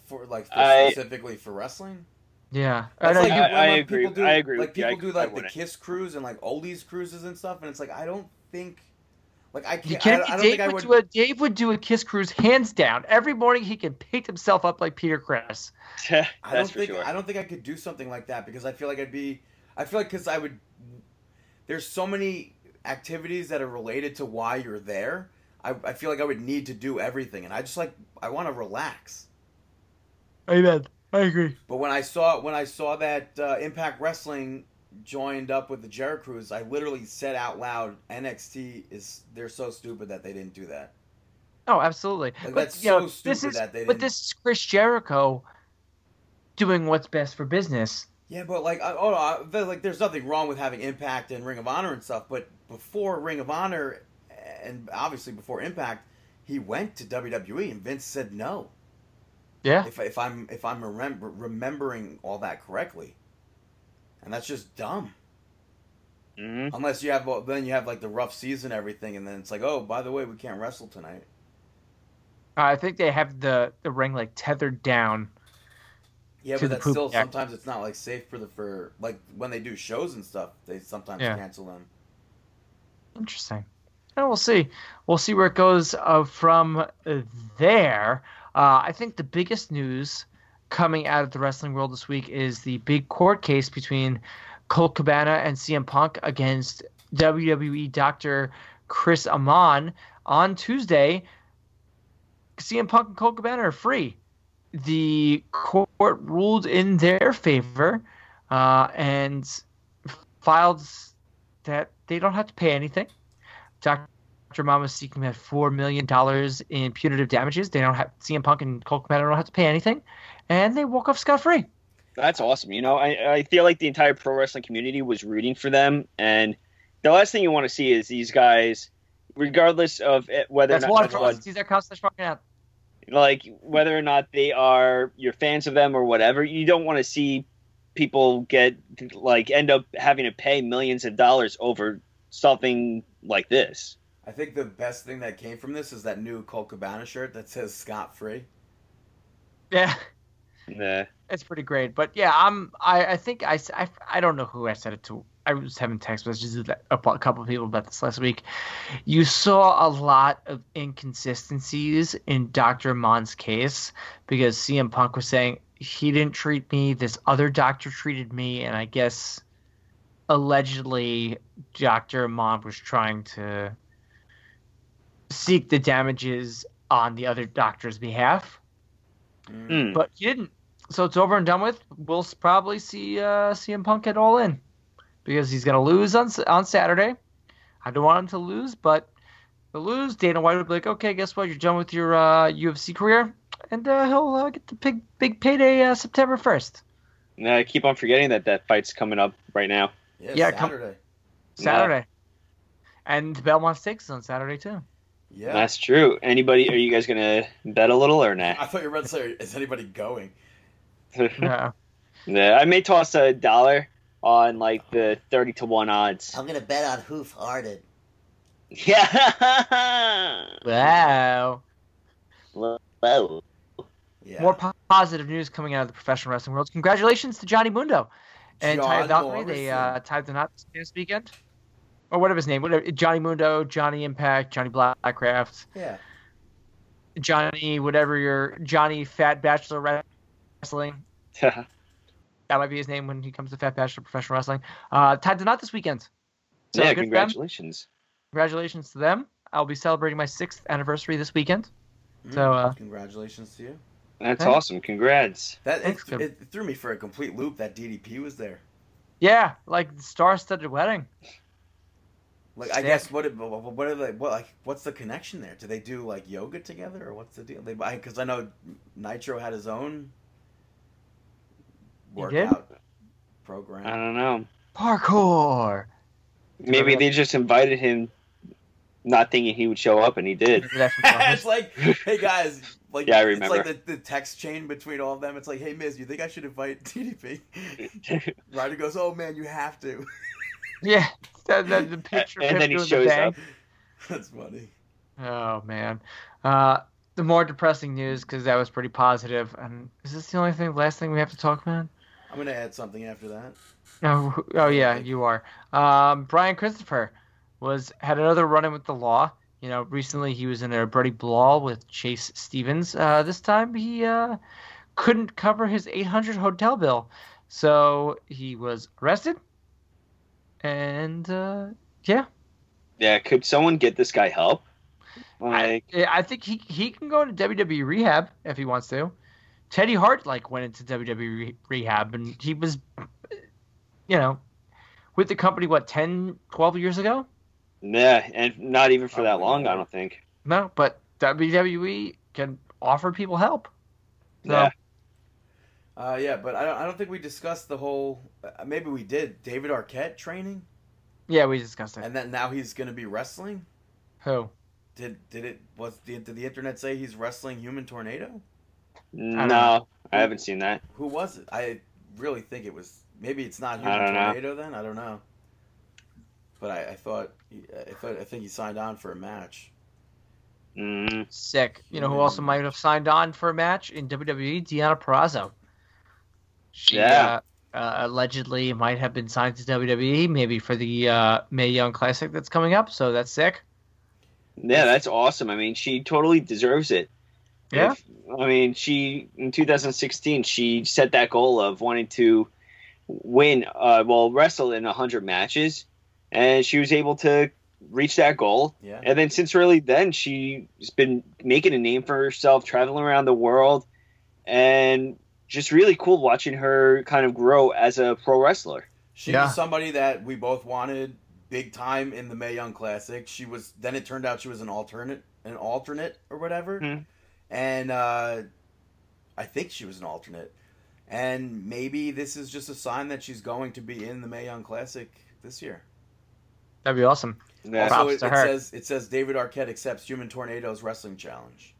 Speaker 4: for like for
Speaker 3: I-
Speaker 4: specifically for wrestling.
Speaker 2: Yeah. I
Speaker 4: That's
Speaker 2: know
Speaker 4: like
Speaker 3: I-
Speaker 2: you-
Speaker 4: when,
Speaker 3: I
Speaker 4: like,
Speaker 3: agree-
Speaker 4: People do,
Speaker 3: I agree
Speaker 4: Like
Speaker 3: with you.
Speaker 4: people
Speaker 3: I-
Speaker 4: do
Speaker 3: I
Speaker 4: like the
Speaker 3: wouldn't.
Speaker 4: Kiss cruise and like oldies cruises and stuff, and it's like I don't think, like I can't.
Speaker 2: You can't.
Speaker 4: I, I don't
Speaker 2: Dave
Speaker 4: think I
Speaker 2: would,
Speaker 4: would.
Speaker 2: do a Dave would do a kiss cruise hands down. Every morning he can pick himself up like Peter Chris.
Speaker 3: That's
Speaker 4: I don't
Speaker 3: for
Speaker 4: think
Speaker 3: sure.
Speaker 4: I don't think I could do something like that because I feel like I'd be I feel like cuz I would there's so many activities that are related to why you're there. I, I feel like I would need to do everything and I just like I want to relax.
Speaker 2: Amen. I agree.
Speaker 4: But when I saw when I saw that uh, Impact Wrestling joined up with the Jericho's, I literally said out loud NXT is they're so stupid that they didn't do that.
Speaker 2: Oh, absolutely. but
Speaker 4: Like, that's
Speaker 2: you know,
Speaker 4: so
Speaker 2: this
Speaker 4: stupid
Speaker 2: is
Speaker 4: that they
Speaker 2: but
Speaker 4: didn't-
Speaker 2: this is Chris Jericho doing what's best for business.
Speaker 4: Yeah, but like, I, oh, no, I, there's, like, there's nothing wrong with having Impact and Ring of Honor and stuff. But before Ring of Honor, and obviously before Impact, he went to WWE, and Vince said no.
Speaker 2: Yeah.
Speaker 4: If, if I'm if I'm remember, remembering all that correctly, and that's just dumb.
Speaker 3: Mhm.
Speaker 4: Unless you have well, then you have like the rough season, and everything, and then it's like, oh, by the way, we can't wrestle tonight.
Speaker 2: I think they have the the ring like tethered down.
Speaker 4: Yeah,
Speaker 2: To
Speaker 4: but
Speaker 2: the
Speaker 4: that's
Speaker 2: poop
Speaker 4: still
Speaker 2: deck.
Speaker 4: sometimes it's not like safe for the for like when they do shows and stuff, they sometimes
Speaker 2: Yeah.
Speaker 4: cancel them.
Speaker 2: Interesting. And we'll see. We'll see where it goes uh, from there. Uh, I think the biggest news coming out of the wrestling world this week is the big court case between Colt Cabana and CM Punk against WWE doctor Chris Amon on Tuesday. CM Punk and Colt Cabana are free. The court ruled in their favor uh, and filed that they don't have to pay anything. Dr. Mama's seeking that four million dollars in punitive damages. They don't have CM Punk and Colt Cabana don't have to pay anything, and they walk off scot free.
Speaker 3: That's awesome. You know, I, I feel like the entire pro wrestling community was rooting for them, and the last thing you want to see is these guys, regardless of it, whether
Speaker 2: That's
Speaker 3: or not
Speaker 2: water.
Speaker 3: blood,
Speaker 2: These are cost slash marking out.
Speaker 3: like whether or not they are you're fans of them or whatever. You don't want to see people get like end up having to pay millions of dollars over something like this.
Speaker 4: I think the best thing that came from this is that new Colt Cabana shirt that says scot free.
Speaker 2: Yeah,
Speaker 3: Nah.
Speaker 2: it's pretty great. But yeah, I'm. I, I think I, s- I- I don't know who I said it to. I was having text messages with a pu- couple of people about this last week. You saw a lot of inconsistencies in Dr. Mon's case because CM Punk was saying he didn't treat me, this other doctor treated me, and I guess allegedly Dr. Mon was trying to seek the damages on the other doctor's behalf
Speaker 4: Mm.
Speaker 3: Hmm.
Speaker 2: but he didn't. So it's over and done with. We'll s- probably see uh, CM Punk at All In because he's going to lose on S- on Saturday. I don't want him to lose, but to lose, Dana White will be like, "Okay, guess what? You're done with your uh, UFC career, and uh, he'll uh, get the big big payday uh, September 1st,
Speaker 3: And I keep on forgetting that that fight's coming up right now.
Speaker 4: Yeah,
Speaker 2: Yeah, come-
Speaker 4: Saturday.
Speaker 2: Saturday." And Belmont Stakes is on Saturday too.
Speaker 4: yeah.
Speaker 3: That's true. Anybody? Are you guys gonna bet a little or nah?
Speaker 4: I thought you were about to say, is anybody going?
Speaker 2: Yeah.
Speaker 3: Yeah, I may toss a dollar on like the thirty to one odds.
Speaker 5: I'm gonna bet on Hoof Harden.
Speaker 3: Yeah.
Speaker 2: wow.
Speaker 3: Whoa.
Speaker 4: Yeah.
Speaker 2: More po- positive news coming out of the professional wrestling world. Congratulations to Johnny Mundo and Ty
Speaker 4: John
Speaker 2: Valkyrie. They uh,
Speaker 4: Morrison.
Speaker 2: tied the knot this weekend, or whatever his name, whatever Johnny Mundo, Johnny Impact, Johnny Blackcraft,
Speaker 4: yeah.
Speaker 2: Johnny whatever your Johnny Fat Bachelor Wrestling. That might be his name when he comes to Fat Bachelor Professional Wrestling. Uh, tied the knot this weekend. So
Speaker 3: yeah,
Speaker 2: good for them.
Speaker 3: congratulations.
Speaker 2: Congratulations to them. I'll be celebrating my sixth anniversary this weekend.
Speaker 4: Mm.
Speaker 2: So, uh,
Speaker 4: Congratulations to you.
Speaker 3: That's
Speaker 2: Thanks.
Speaker 3: awesome. Congrats.
Speaker 4: That it,
Speaker 2: Thanks, Jim.
Speaker 4: it threw me for a complete loop that DDP was there.
Speaker 2: Yeah, like the star-studded wedding.
Speaker 4: Like I
Speaker 2: Sick.
Speaker 4: guess what it- what what are they what like what's the connection there? Do they do like yoga together or what's the deal? They because I know Nitro had his own
Speaker 2: He did?
Speaker 4: workout
Speaker 3: I
Speaker 4: program.
Speaker 3: don't know.
Speaker 2: Parkour.
Speaker 3: Maybe they just invited him, not thinking he would show up, and he did.
Speaker 2: Maybe that's what it was.
Speaker 4: it's like hey guys, like
Speaker 3: Uh-huh. Yeah, I
Speaker 4: It's
Speaker 3: remember.
Speaker 4: like the, the text chain between all of them. It's like hey Miz, you think I should invite DDP? Ryder goes, oh man, you have to.
Speaker 2: yeah, that, that- the picture. of
Speaker 3: and
Speaker 2: him
Speaker 3: then he
Speaker 2: doing the
Speaker 3: shows
Speaker 2: bang.
Speaker 3: up.
Speaker 4: That's funny.
Speaker 2: Oh man. Uh, the more depressing news because that was pretty positive. And is this the only thing? Last thing we have to talk about?
Speaker 4: I'm gonna add something after that.
Speaker 2: Oh, oh yeah, you are. Um, Brian Christopher was had another run-in with the law. You know, recently he was in a Brody Blaw with Chase Stevens. Uh, this time he uh, couldn't cover his 800 hotel bill, so he was arrested. And uh,
Speaker 3: Yeah, could someone get this guy help? Like,
Speaker 2: Yeah, Eh, I think he he can go into WWE rehab if he wants to. Teddy Hart like went into WWE re- rehab and he was, eh, you know, with the company what 10, 12 years ago.
Speaker 3: yeah, and not even for that
Speaker 4: Probably
Speaker 3: long,
Speaker 4: not.
Speaker 3: I don't think.
Speaker 2: No, but WWE can offer people help. So,
Speaker 3: Yeah.
Speaker 4: Uh, yeah, but I don't, I don't think we discussed the whole. Uh, maybe we did. David Arquette training,
Speaker 2: yeah, we discussed it.
Speaker 4: and then now he's going to be wrestling.
Speaker 2: Who?
Speaker 4: Did did it? Was the did the internet say he's wrestling Human Tornado?
Speaker 2: don't
Speaker 3: No,
Speaker 2: know.
Speaker 3: I haven't seen that.
Speaker 4: Who was it? I really think it was. Maybe it's not
Speaker 3: I
Speaker 4: Human
Speaker 3: don't know.
Speaker 4: Tornado then. I don't know. But I, I thought I thought I think he signed on for a match.
Speaker 3: Mm,
Speaker 2: Sick. You know who also might have signed on for a match in WWE? Deanna Perrazzo. She,
Speaker 3: Yeah.
Speaker 2: Uh, uh, allegedly might have been signed to WWE, maybe for the uh, May Young Classic that's coming up. So that's sick.
Speaker 3: yeah, that's awesome. I mean, she totally deserves it.
Speaker 2: Yeah.
Speaker 3: If- I mean, she in 2016 she set that goal of wanting to win, uh, well, wrestle in 100 matches, and she was able to reach that goal.
Speaker 4: Yeah.
Speaker 3: And then since really then, she's been making a name for herself, traveling around the world, and just really cool watching her kind of grow as a pro wrestler.
Speaker 4: She
Speaker 2: Yeah.
Speaker 4: was somebody that we both wanted big time in the May Young Classic. She was then it turned out she was an alternate an alternate or whatever.
Speaker 3: Hmm.
Speaker 4: And uh I think she was an alternate. And maybe this is just a sign that she's going to be in the May Young Classic this year.
Speaker 2: That'd be awesome.
Speaker 3: Yeah.
Speaker 2: Props
Speaker 4: also, it,
Speaker 2: to
Speaker 4: it
Speaker 2: her.
Speaker 4: says it says David Arquette accepts Human Tornado's wrestling challenge.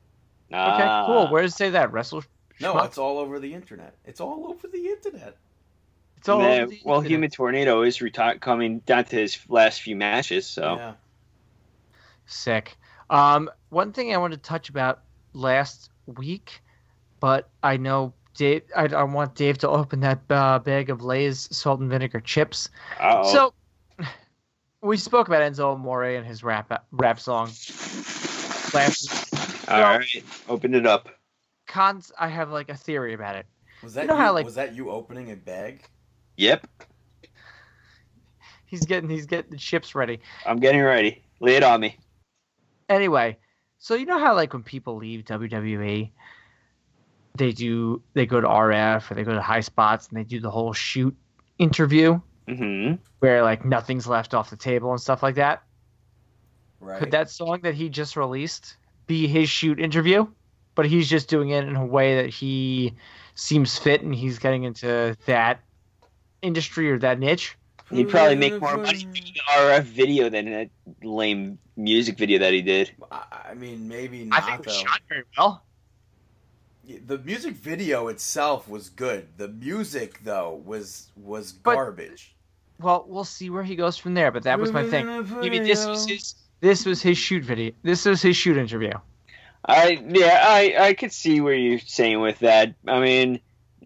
Speaker 2: Okay,
Speaker 3: Ah.
Speaker 2: cool. Where does it say that? Wrestle?
Speaker 4: No,
Speaker 2: Schmuck?
Speaker 4: it's all over the internet. It's all over the internet.
Speaker 2: It's all
Speaker 3: Man,
Speaker 2: over the
Speaker 3: well,
Speaker 2: internet.
Speaker 3: Human Tornado is reti- coming down to his last few matches, so
Speaker 4: Yeah.
Speaker 2: Sick. Um, one thing I wanted to touch about last week, but I know Dave. I, I want Dave to open that uh, bag of Lay's salt and vinegar chips.
Speaker 3: uh-oh.
Speaker 2: So we spoke about Enzo Amore and his rap rap song last week.
Speaker 3: all
Speaker 2: well-
Speaker 3: right, open it up.
Speaker 2: Cons. I have like a theory about it.
Speaker 4: Was that
Speaker 2: know how, like-
Speaker 4: was that you opening a bag?
Speaker 3: Yep,
Speaker 2: He's getting he's getting the chips ready.
Speaker 3: I'm getting ready. Lay it on me.
Speaker 2: anyway, so you know how like when people leave WWE, they do they go to RF or they go to high spots and they do the whole shoot interview
Speaker 3: hmm
Speaker 2: where like nothing's left off the table and stuff like that.
Speaker 4: Right.
Speaker 2: Could that song that he just released be his shoot interview? But he's just doing it in a way that he seems fit and he's getting into that industry or that niche.
Speaker 3: He'd probably make more money making an RF video than that lame music video that he did.
Speaker 4: I I mean, maybe
Speaker 2: I
Speaker 4: not
Speaker 2: think it
Speaker 4: though.
Speaker 2: was shot very well.
Speaker 4: The music video itself was good. The music though was was
Speaker 2: But-
Speaker 4: garbage.
Speaker 2: Well, we'll see where he goes from there, but that was my thing. Maybe this was his this was his shoot video. This was his shoot interview.
Speaker 3: I yeah, I I could see where you're saying with that. I mean,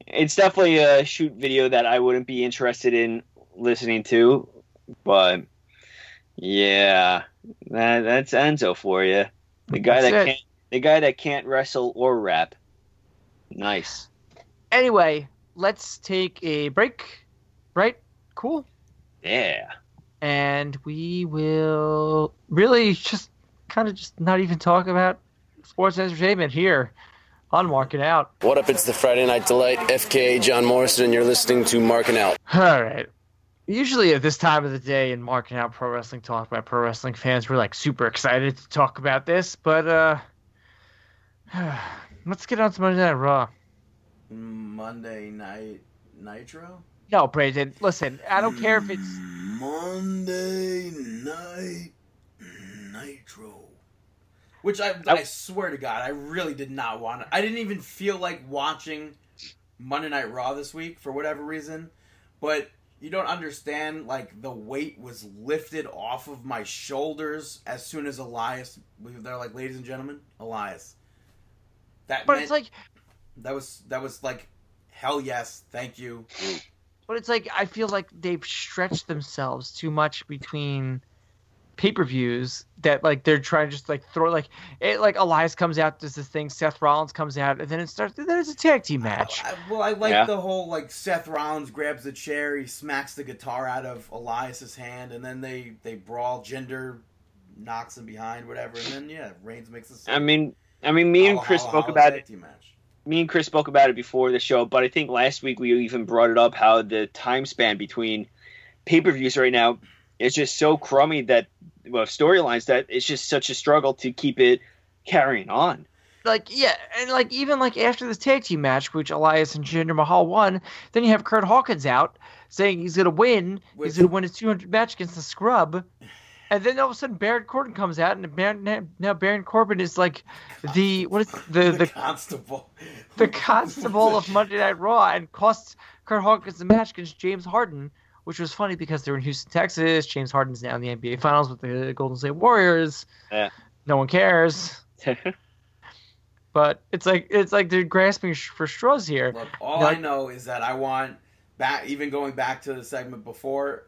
Speaker 3: it's definitely a shoot video that I wouldn't be interested in listening to, but yeah, that, that's Enzo for you, the guy
Speaker 2: That's
Speaker 3: that
Speaker 2: it.
Speaker 3: can't the guy that can't wrestle or rap. Nice.
Speaker 2: Anyway, let's take a break. Right? Cool.
Speaker 3: Yeah.
Speaker 2: And we will really just kind of just not even talk about sports entertainment here on Marking Out.
Speaker 5: What up? It's the Friday Night Delight, FKA John Morrison, and you're listening to Marking Out.
Speaker 2: All right. Usually at this time of the day in Marking Out Pro Wrestling Talk by Pro Wrestling fans, we're like super excited to talk about this, but uh let's get on to Monday Night Raw.
Speaker 4: Monday night Nitro.
Speaker 2: No, Brandon, listen, I don't care if it's
Speaker 4: Monday night Nitro. Which I, I,
Speaker 3: I-
Speaker 4: swear to God, I really did not want to. I didn't even feel like watching Monday Night Raw this week for whatever reason. But you don't understand, like, the weight was lifted off of my shoulders as soon as Elias. They're like, ladies and gentlemen, Elias. That
Speaker 2: but
Speaker 4: meant-
Speaker 2: it's like
Speaker 4: that was that was like hell yes thank you
Speaker 2: but it's like I feel like they've stretched themselves too much between pay-per-views that like they're trying to just like throw like it like Elias comes out does this thing Seth Rollins comes out and then it starts then it's a tag team match.
Speaker 4: I, well i like
Speaker 3: Yeah.
Speaker 4: the whole like seth rollins grabs the chair he smacks the guitar out of elias's hand and then they they brawl gender knocks him behind whatever and then yeah reigns makes the
Speaker 3: I mean, I mean, me and
Speaker 4: holla,
Speaker 3: Chris
Speaker 4: holla,
Speaker 3: spoke
Speaker 4: holla
Speaker 3: about
Speaker 4: tag
Speaker 3: it.
Speaker 4: team match.
Speaker 3: Me and Chris spoke about it before the show, but I think last week we even brought it up how the time span between pay per views right now is just so crummy that well, storylines that it's just such a struggle to keep it carrying on.
Speaker 2: like yeah, and like even like after this tag team match, which Elias and Jinder Mahal won, then you have Kurt Hawkins out saying he's gonna win,
Speaker 4: Which-
Speaker 2: he's gonna win his 200 match against the Scrub, and then all of a sudden Baron Corbin comes out, and Baron, now- now Baron Corbin is like the what is the
Speaker 4: the,
Speaker 2: the
Speaker 4: constable
Speaker 2: the constable of Monday Night Raw, and costs Kurt Hawkins the match against James Harden. Which was funny because they're in Houston, Texas. James Harden's now in the NBA Finals with the Golden State Warriors.
Speaker 3: Yeah.
Speaker 2: No one cares but it's like it's like they're grasping sh- for straws here.
Speaker 4: Look, all I
Speaker 2: Like-
Speaker 4: know is that I want back. Even going back to the segment before,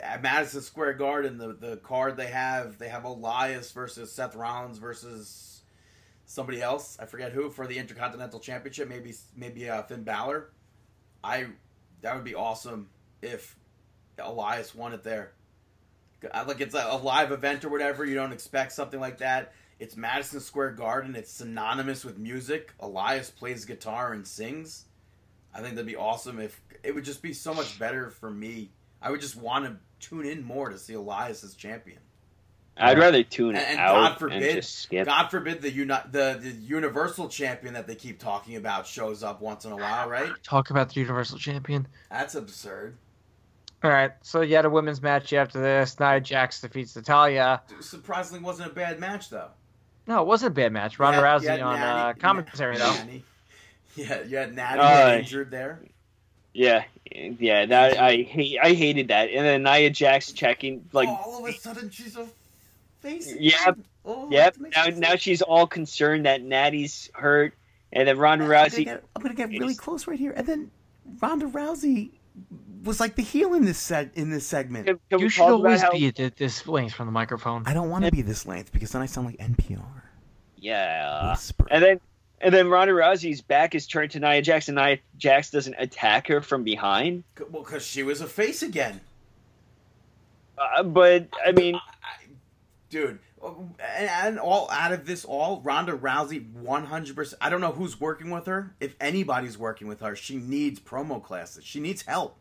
Speaker 4: at Madison Square Garden, the the card they have, they have Elias versus Seth Rollins versus somebody else. I forget who for the Intercontinental Championship. Maybe maybe uh, Finn Balor. I that would be awesome if Elias won it there. I- Like it's a, a live event or whatever. You don't expect something like that. It's Madison Square Garden. It's synonymous with music. Elias plays guitar and sings. I think that'd be awesome if it would just be so much better for me. I would just want to tune in more to see Elias as champion.
Speaker 3: I'd rather tune
Speaker 4: And,
Speaker 3: it
Speaker 4: and
Speaker 3: out
Speaker 4: God forbid,
Speaker 3: and just skip.
Speaker 4: God forbid the, uni- the the universal champion that they keep talking about shows up once in a while, right?
Speaker 2: Talk about the Universal Champion.
Speaker 4: That's absurd.
Speaker 2: All right, so you had a women's match after this. Nia Jax defeats Natalia.
Speaker 4: Dude, surprisingly, wasn't a bad match though.
Speaker 2: No, it wasn't a bad match. Ronda
Speaker 4: You had-
Speaker 2: Rousey
Speaker 4: you had
Speaker 2: on uh,
Speaker 4: Natty-
Speaker 2: commentary though.
Speaker 4: Natty. Yeah, you had Natty
Speaker 3: Uh,
Speaker 4: injured there.
Speaker 3: Yeah, yeah. That I hate. I hated that. And then Nia Jax checking like.
Speaker 4: all of a sudden she's a face.
Speaker 3: Yep,
Speaker 4: again. Oh,
Speaker 3: Yep.
Speaker 4: that makes
Speaker 3: Now,
Speaker 4: sense.
Speaker 3: now she's all concerned that Natty's hurt, and then Ronda
Speaker 6: I'm gonna
Speaker 3: Rousey.
Speaker 6: get- I'm gonna get
Speaker 3: It
Speaker 6: really
Speaker 3: is-
Speaker 6: close right here, and then Ronda Rousey was like the heel in this set in this segment.
Speaker 3: Can, can we
Speaker 2: You should
Speaker 3: talk about
Speaker 2: always
Speaker 3: how-
Speaker 2: be at th- this length from the microphone.
Speaker 6: I don't want to be this length because then I sound like NPR.
Speaker 3: Yeah.
Speaker 6: Whisper.
Speaker 3: Uh, And then and then Ronda Rousey's back is turned to Nia Jax, and Nia Jax doesn't attack her from behind.
Speaker 4: C- well, because she was a face again,
Speaker 3: Uh, but I mean,
Speaker 4: dude. Uh, And, and all out of this, all Ronda Rousey, one hundred percent. I don't know who's working with her. If anybody's working with her, she needs promo classes. She needs help.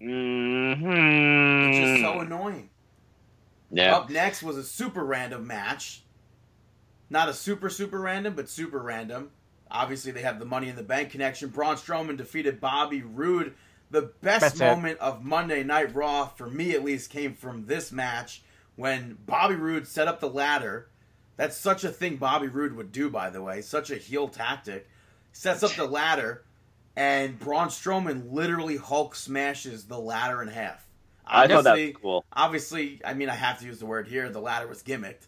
Speaker 3: mhm.
Speaker 4: It's
Speaker 3: Mm.
Speaker 4: just so annoying.
Speaker 3: mm-hmm. yeah.
Speaker 4: Up next was a super random match. Not a super super random, but super random. Obviously, they have the Money in the Bank connection. Braun Strowman defeated Bobby Roode. The best
Speaker 2: That's it.
Speaker 4: moment of Monday Night Raw, for me at least, came from this match when Bobby Roode set up the ladder. That's such a thing Bobby Roode would do, by the way. Such a heel tactic. Sets up the ladder, and Braun Strowman literally Hulk smashes the ladder in half.
Speaker 3: I thought that was
Speaker 4: Obviously-
Speaker 3: cool.
Speaker 4: obviously, I mean, I have to use the word here. The ladder was gimmicked,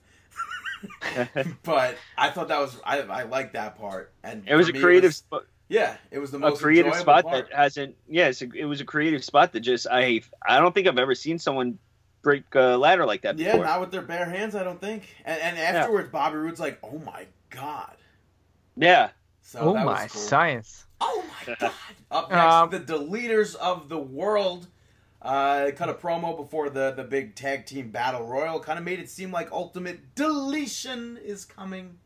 Speaker 4: but I thought that was I, I like that part. And
Speaker 3: It was
Speaker 4: for
Speaker 3: a
Speaker 4: me,
Speaker 3: creative,
Speaker 4: was-
Speaker 3: sp-
Speaker 4: yeah, it was the
Speaker 3: a
Speaker 4: most
Speaker 3: creative
Speaker 4: enjoyable
Speaker 3: spot
Speaker 4: part.
Speaker 3: that hasn't. Yes, it was a creative spot that just I. I don't think I've ever seen someone break a ladder like that
Speaker 4: yeah,
Speaker 3: before.
Speaker 4: not with their bare hands, I don't think. And, and afterwards, Bobby Roode's like, "Oh my god!"
Speaker 3: yeah.
Speaker 4: So
Speaker 2: oh
Speaker 4: that
Speaker 2: my
Speaker 4: was cool.
Speaker 2: science!
Speaker 4: Oh my god! Up next,
Speaker 2: Um,
Speaker 4: the deleters of the world uh, cut a promo before the the big tag team battle royal. Kind of made it seem like ultimate deletion is coming.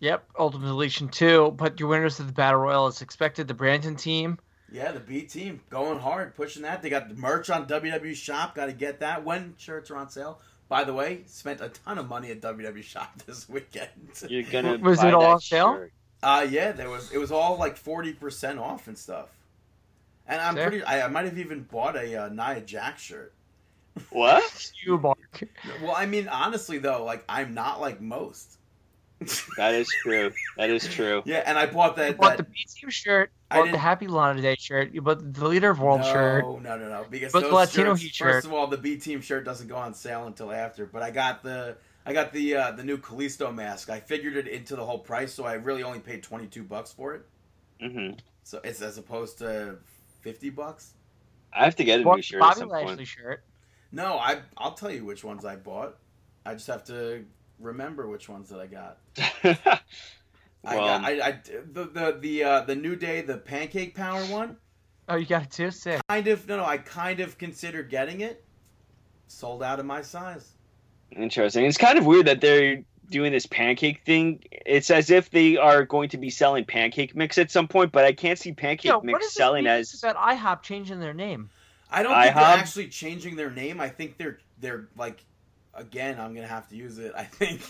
Speaker 2: Yep, Ultimate Deletion 2. But your winners of the Battle Royal, as expected, the Brandon team.
Speaker 4: Yeah, the B team going hard, pushing that. They got the merch on WWE Shop. Got to get that when shirts are on sale. By the way, spent a ton of money at WWE Shop this weekend.
Speaker 3: You're gonna
Speaker 2: Was
Speaker 3: buy
Speaker 2: it all
Speaker 3: that
Speaker 2: on sale?
Speaker 3: shirt.
Speaker 4: Uh yeah, there was it was all like forty percent off and stuff. And I'm
Speaker 2: Fair.
Speaker 4: pretty. I, I might have even bought a uh, Nia Jack shirt.
Speaker 3: What?
Speaker 2: You, Mark.
Speaker 4: Well, I mean, honestly though, like I'm not like most.
Speaker 3: That is true. That is true.
Speaker 4: Yeah, and I bought
Speaker 2: You
Speaker 4: that.
Speaker 2: bought the
Speaker 4: that
Speaker 2: B Team shirt,
Speaker 4: I
Speaker 2: bought the
Speaker 4: didn't-
Speaker 2: Happy Lana Day shirt, you bought the Leader of World
Speaker 4: no,
Speaker 2: shirt.
Speaker 4: No, no, no. Because
Speaker 2: But
Speaker 4: those
Speaker 2: the Latino
Speaker 4: shirts,
Speaker 2: Heat shirt.
Speaker 4: First of all, the B team shirt doesn't go on sale until after. But I got the I got the uh, the new Callisto mask. I figured it into the whole price, so I really only paid twenty two bucks for it.
Speaker 3: hmm
Speaker 4: So it's as opposed to fifty bucks.
Speaker 3: I have to get a
Speaker 2: Bought
Speaker 3: new
Speaker 2: the
Speaker 3: shirt at
Speaker 2: Bobby
Speaker 3: some
Speaker 2: Lashley
Speaker 3: point.
Speaker 2: shirt.
Speaker 4: No, I I'll tell you which ones I bought. I just have to remember which ones that I got. I
Speaker 3: Well, um,
Speaker 4: got I, I the the the uh, the new day the pancake power one.
Speaker 2: Oh, you got it too? Sick.
Speaker 4: Kind of no no I kind of considered getting it. Sold out of my size.
Speaker 3: Interesting. It's kind of weird that they're doing this pancake thing. It's as if they are going to be selling pancake mix at some point, but I can't see pancake
Speaker 2: Yo, what does
Speaker 3: mix
Speaker 2: this
Speaker 3: selling
Speaker 2: mean
Speaker 3: as.
Speaker 2: about IHOP changing their name?
Speaker 4: I don't
Speaker 3: IHOP?
Speaker 4: think they're actually changing their name. I think they're they're like again, I'm gonna have to use it. I think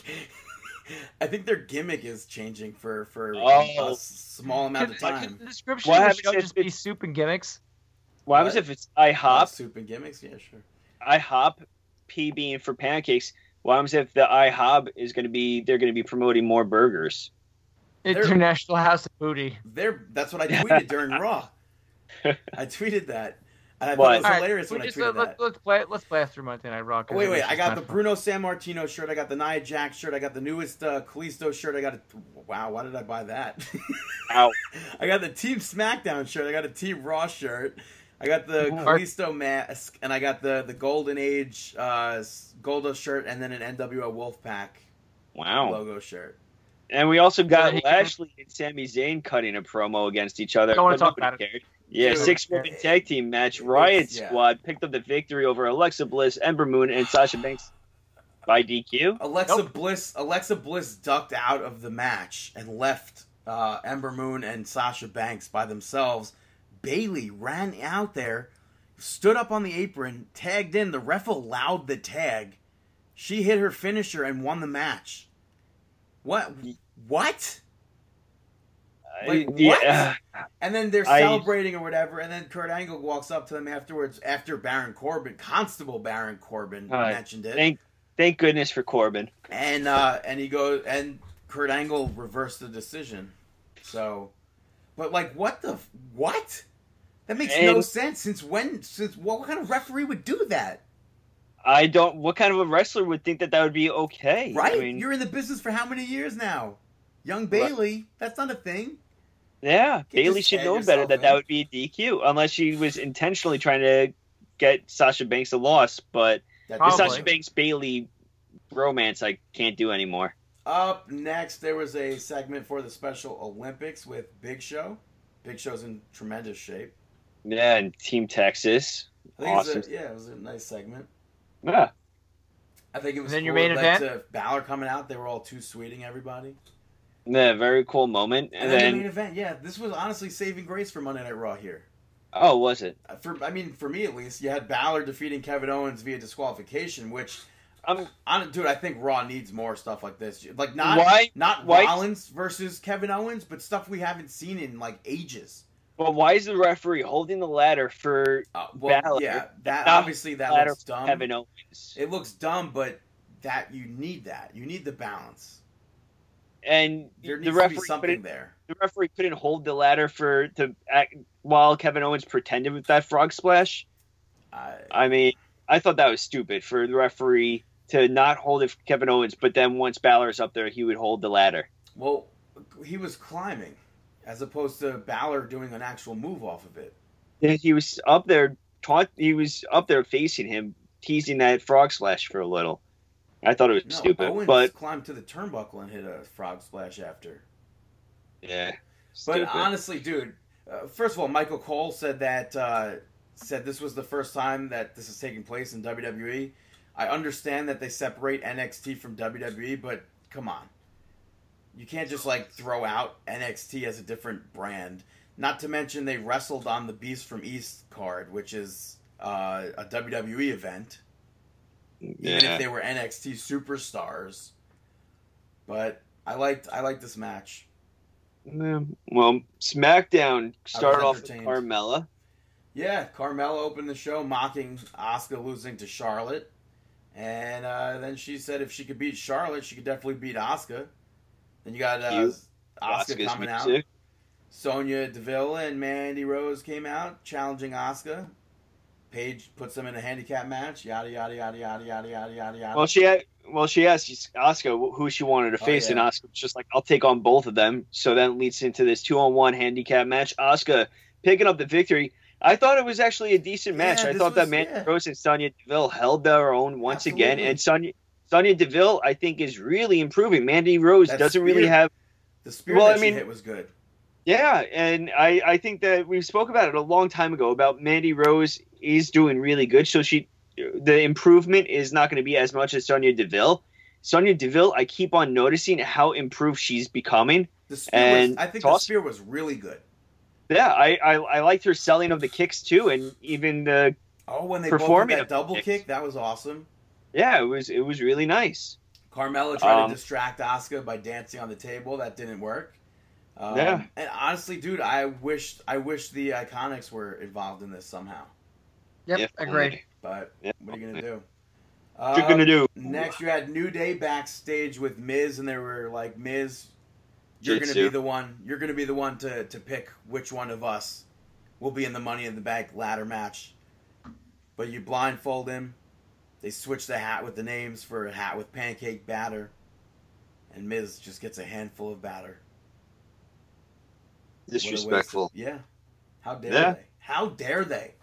Speaker 4: I think their gimmick is changing for for a
Speaker 3: Oh.
Speaker 4: s- small amount of
Speaker 2: Could- could
Speaker 4: time.
Speaker 2: the description
Speaker 3: What
Speaker 2: of the
Speaker 3: happens
Speaker 2: show
Speaker 3: if
Speaker 2: just be
Speaker 3: it's-
Speaker 2: soup and gimmicks.
Speaker 3: What happens
Speaker 4: What?
Speaker 3: if it's IHOP,
Speaker 4: Soup and gimmicks, yeah, sure.
Speaker 3: IHOP, P being for pancakes? What happens if the IHOP is going to be? They're going to be promoting more burgers.
Speaker 4: They're-
Speaker 2: International House of Booty.
Speaker 4: They're that's what I tweeted during Raw. I tweeted that, and I
Speaker 3: What?
Speaker 4: thought it was hilarious
Speaker 2: we
Speaker 4: when I
Speaker 2: just, uh,
Speaker 4: tweeted
Speaker 2: let,
Speaker 4: that.
Speaker 2: us play, let's blast through Monday Night Raw. 'cause
Speaker 4: Wait, wait!
Speaker 2: it's
Speaker 4: I
Speaker 2: just
Speaker 4: got the
Speaker 2: not fun.
Speaker 4: Bruno San Martino shirt. I got the Nia Jack shirt. I got the newest uh, Kalisto shirt. I got a wow! Why did I buy that?
Speaker 3: Ow!
Speaker 4: I got the Team SmackDown shirt. I got a Team Raw shirt. I got the
Speaker 3: Mark-
Speaker 4: Kalisto mask, and I got the the Golden Age uh, s- Golda shirt, and then an NWO Wolfpack
Speaker 3: Wow!
Speaker 4: logo shirt.
Speaker 3: And we also got
Speaker 2: Yeah, he-
Speaker 3: Lashley and Sami Zayn cutting a promo against each other.
Speaker 2: Don't wanna
Speaker 3: but
Speaker 2: talk
Speaker 3: nobody
Speaker 2: about it.
Speaker 3: cared. Yeah,
Speaker 4: Dude.
Speaker 3: six woman tag team match. Riot
Speaker 4: Yeah.
Speaker 3: Squad picked up the victory over Alexa Bliss, Ember Moon, and Sasha Banks by DQ.
Speaker 4: Alexa
Speaker 2: Nope.
Speaker 4: Bliss Alexa Bliss ducked out of the match and left uh, Ember Moon and Sasha Banks by themselves. Bailey ran out there, stood up on the apron, tagged in. The ref allowed the tag. She hit her finisher and won the match. What? What? Like,
Speaker 3: Uh,
Speaker 4: what?
Speaker 3: yeah.
Speaker 4: And then they're
Speaker 3: I-
Speaker 4: celebrating or whatever, and then Kurt Angle walks up to them afterwards after Baron Corbin, Constable Baron Corbin
Speaker 3: All right.
Speaker 4: mentioned it.
Speaker 3: Thank thank goodness for Corbin.
Speaker 4: and uh and he goes and Kurt Angle reversed the decision. So but like what the f- what? That makes no
Speaker 3: And-
Speaker 4: sense. Since when since what, kind of referee would do that?
Speaker 3: I don't. What kind of a wrestler would think that that would be okay?
Speaker 4: Right?
Speaker 3: I mean,
Speaker 4: You're in the business for how many years now? Young Bailey, that's not a thing.
Speaker 3: yeah,
Speaker 4: Get
Speaker 3: Bailey
Speaker 4: this
Speaker 3: should
Speaker 4: guy
Speaker 3: know
Speaker 4: yourself,
Speaker 3: better that that
Speaker 4: man.
Speaker 3: would be DQ, unless she was intentionally trying to get Sasha Banks a loss. But the
Speaker 4: That
Speaker 2: Probably.
Speaker 3: Sasha Banks Bailey romance, I can't do anymore.
Speaker 4: Up next, there was a segment for the Special Olympics with Big Show. Big Show's in tremendous shape.
Speaker 3: Yeah, and Team Texas.
Speaker 4: I think it was
Speaker 3: Awesome.
Speaker 4: a, yeah, it was a nice segment.
Speaker 3: Yeah,
Speaker 4: I think it was
Speaker 2: Then your
Speaker 4: cool.
Speaker 2: main
Speaker 4: It led
Speaker 2: event?
Speaker 4: to Balor coming out. They were all too sweeting everybody.
Speaker 3: yeah, very cool moment.
Speaker 4: And,
Speaker 3: And,
Speaker 4: then,
Speaker 3: then,
Speaker 4: the main event, yeah, this was honestly saving grace for Monday Night Raw here.
Speaker 3: oh, was it?
Speaker 4: Uh, For I mean, for me at least, you had Balor defeating Kevin Owens via disqualification, which
Speaker 3: Um,
Speaker 4: on dude, I think Raw needs more stuff like this. Like not
Speaker 3: Why-
Speaker 4: not
Speaker 3: why-
Speaker 4: Rollins versus Kevin Owens, but stuff we haven't seen in like ages.
Speaker 3: but why is the referee holding the ladder for
Speaker 4: Uh, well,
Speaker 3: Balor.
Speaker 4: yeah, that
Speaker 3: Not
Speaker 4: obviously that
Speaker 3: ladder
Speaker 4: looks dumb.
Speaker 3: Kevin Owens?
Speaker 4: It looks dumb, but that you need that. You need the balance.
Speaker 3: and
Speaker 4: There needs
Speaker 3: the
Speaker 4: to
Speaker 3: referee
Speaker 4: be
Speaker 3: put
Speaker 4: something
Speaker 3: it-
Speaker 4: there.
Speaker 3: the referee couldn't hold the ladder for to act, while Kevin Owens pretended with that frog splash.
Speaker 4: I
Speaker 3: I mean, I thought that was stupid for the referee to not hold it for Kevin Owens, but then once Balor's up there, he would hold the ladder.
Speaker 4: well, he was climbing, as opposed to Balor doing an actual move off of it.
Speaker 3: And He was up there, taunt, he was up there facing him, teasing that frog splash for a little. I thought it was
Speaker 4: No,
Speaker 3: stupid,
Speaker 4: Owens
Speaker 3: but
Speaker 4: climbed to the turnbuckle and hit a frog splash after.
Speaker 3: yeah,
Speaker 4: But
Speaker 3: stupid.
Speaker 4: honestly, dude, uh, first of all, Michael Cole said that uh, said this was the first time that this is taking place in E. WWE. E, I understand that they separate NXT from WWE, but come on, You can't just like throw out NXT as a different brand. Not to mention they wrestled on the Beast from East card, which is uh, a WWE event. Even if
Speaker 3: Yeah.
Speaker 4: they were NXT superstars. But I liked I liked this match.
Speaker 3: Yeah. Well, SmackDown started off with
Speaker 4: entertained.
Speaker 3: Carmella.
Speaker 4: Yeah, Carmella opened the show mocking Oscar losing to Charlotte, and uh, then she said if she could beat Charlotte, she could definitely beat Oscar. Then you got uh,
Speaker 3: Cute.
Speaker 4: Oscar
Speaker 3: Asuka's
Speaker 4: coming out.
Speaker 3: music.
Speaker 4: Sonya Deville and Mandy Rose came out challenging Oscar. Paige puts them in a handicap match. Yada yada yada yada yada yada yada yada.
Speaker 3: Well, she had, well she asked Oscar who she wanted to
Speaker 4: Oh,
Speaker 3: face, and
Speaker 4: yeah.
Speaker 3: Oscar was just like, "I'll take on both of them." So that leads into this two-on-one handicap match. Oscar picking up the victory. I thought it was actually a decent
Speaker 4: Yeah,
Speaker 3: match. I
Speaker 4: this
Speaker 3: thought that
Speaker 4: was-
Speaker 3: Mandy
Speaker 4: yeah.
Speaker 3: Rose and Sonya Deville held their own once again,
Speaker 4: Absolutely.
Speaker 3: and Sonya Sonya Deville I think is really improving. Mandy Rose
Speaker 4: That's
Speaker 3: doesn't really
Speaker 4: weird.
Speaker 3: have.
Speaker 4: the spear
Speaker 3: well,
Speaker 4: that
Speaker 3: I
Speaker 4: she
Speaker 3: mean-
Speaker 4: hit was good.
Speaker 3: Yeah, and I, I think that we spoke about it a long time ago about Mandy Rose is doing really good. So she the improvement is not going to be as much as Sonya Deville. Sonya Deville, I keep on noticing how improved she's becoming.
Speaker 4: The spear was,
Speaker 3: And
Speaker 4: I think the
Speaker 3: toss-
Speaker 4: spear was really good.
Speaker 3: Yeah, I, I, I liked her selling of the kicks too, and even the
Speaker 4: Oh, when they both did
Speaker 3: Performing
Speaker 4: that double
Speaker 3: kicks.
Speaker 4: kick, that was awesome.
Speaker 3: yeah, it was it was really nice.
Speaker 4: Carmella tried
Speaker 3: Um,
Speaker 4: to distract Asuka by dancing on the table. That didn't work. Um,
Speaker 3: Yeah.
Speaker 4: And honestly, dude, I wish I wish the Iconics were involved in this somehow.
Speaker 2: Yep,
Speaker 3: If
Speaker 2: agreed.
Speaker 3: only.
Speaker 4: But
Speaker 3: Yeah,
Speaker 4: what are you gonna do?
Speaker 3: What you gonna do?
Speaker 4: Next, you had New Day backstage with Miz, and they were like, "Miz, you're gonna
Speaker 3: Jitsu.
Speaker 4: be the one. You're gonna be the one to to pick which one of us will be in the Money in the Bank ladder match." But you blindfold him. They switch the hat with the names for a hat with pancake batter, and Miz just gets a handful of batter. What a waste.
Speaker 3: disrespectful.
Speaker 4: Yeah. How dare
Speaker 3: Yeah.
Speaker 4: they? How dare they?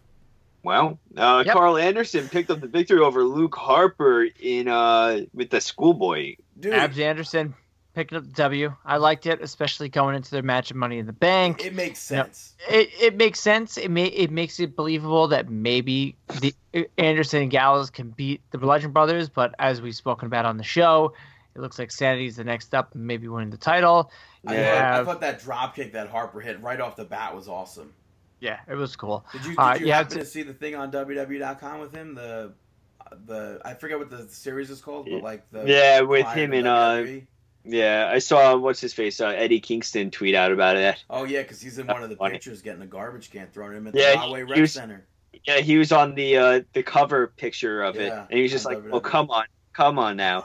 Speaker 3: Wow. Uh,
Speaker 2: Yep.
Speaker 3: Carl Anderson picked up the victory over Luke Harper in uh with the schoolboy.
Speaker 4: Dude,
Speaker 2: Abs Anderson picking up the W. I liked it, especially going into their match of Money in the Bank.
Speaker 4: it makes sense.
Speaker 2: it, it makes sense. It may it makes it believable that maybe the Anderson and Gallows can beat the Bludgeon Brothers, but as we've spoken about on the show, it looks like Sanity's the next up, and maybe winning the title.
Speaker 4: I,
Speaker 3: Yeah.
Speaker 4: thought, I
Speaker 2: Have-
Speaker 4: thought that drop kick that Harper hit right off the bat was awesome.
Speaker 2: Yeah, it was cool.
Speaker 4: Did you, did
Speaker 2: Uh,
Speaker 4: you
Speaker 2: you have
Speaker 4: happen to... see the thing on WWE.com with him? The the I forget what the series is called, but like the
Speaker 3: Yeah, with
Speaker 4: client
Speaker 3: him
Speaker 4: of
Speaker 3: and uh
Speaker 4: WWE.
Speaker 3: Yeah, I saw what's his face uh, Eddie Kingston tweet out about it.
Speaker 4: oh yeah, because he's in one of the
Speaker 3: funny.
Speaker 4: pictures getting a garbage can thrown at him at
Speaker 3: Yeah,
Speaker 4: the Rahway
Speaker 3: he
Speaker 4: Rec
Speaker 3: was-
Speaker 4: Center.
Speaker 3: Yeah, he was on the uh, the cover picture of it,
Speaker 4: Yeah,
Speaker 3: and he was just
Speaker 4: on
Speaker 3: like, "Well,
Speaker 4: WWE.
Speaker 3: come on, come on now."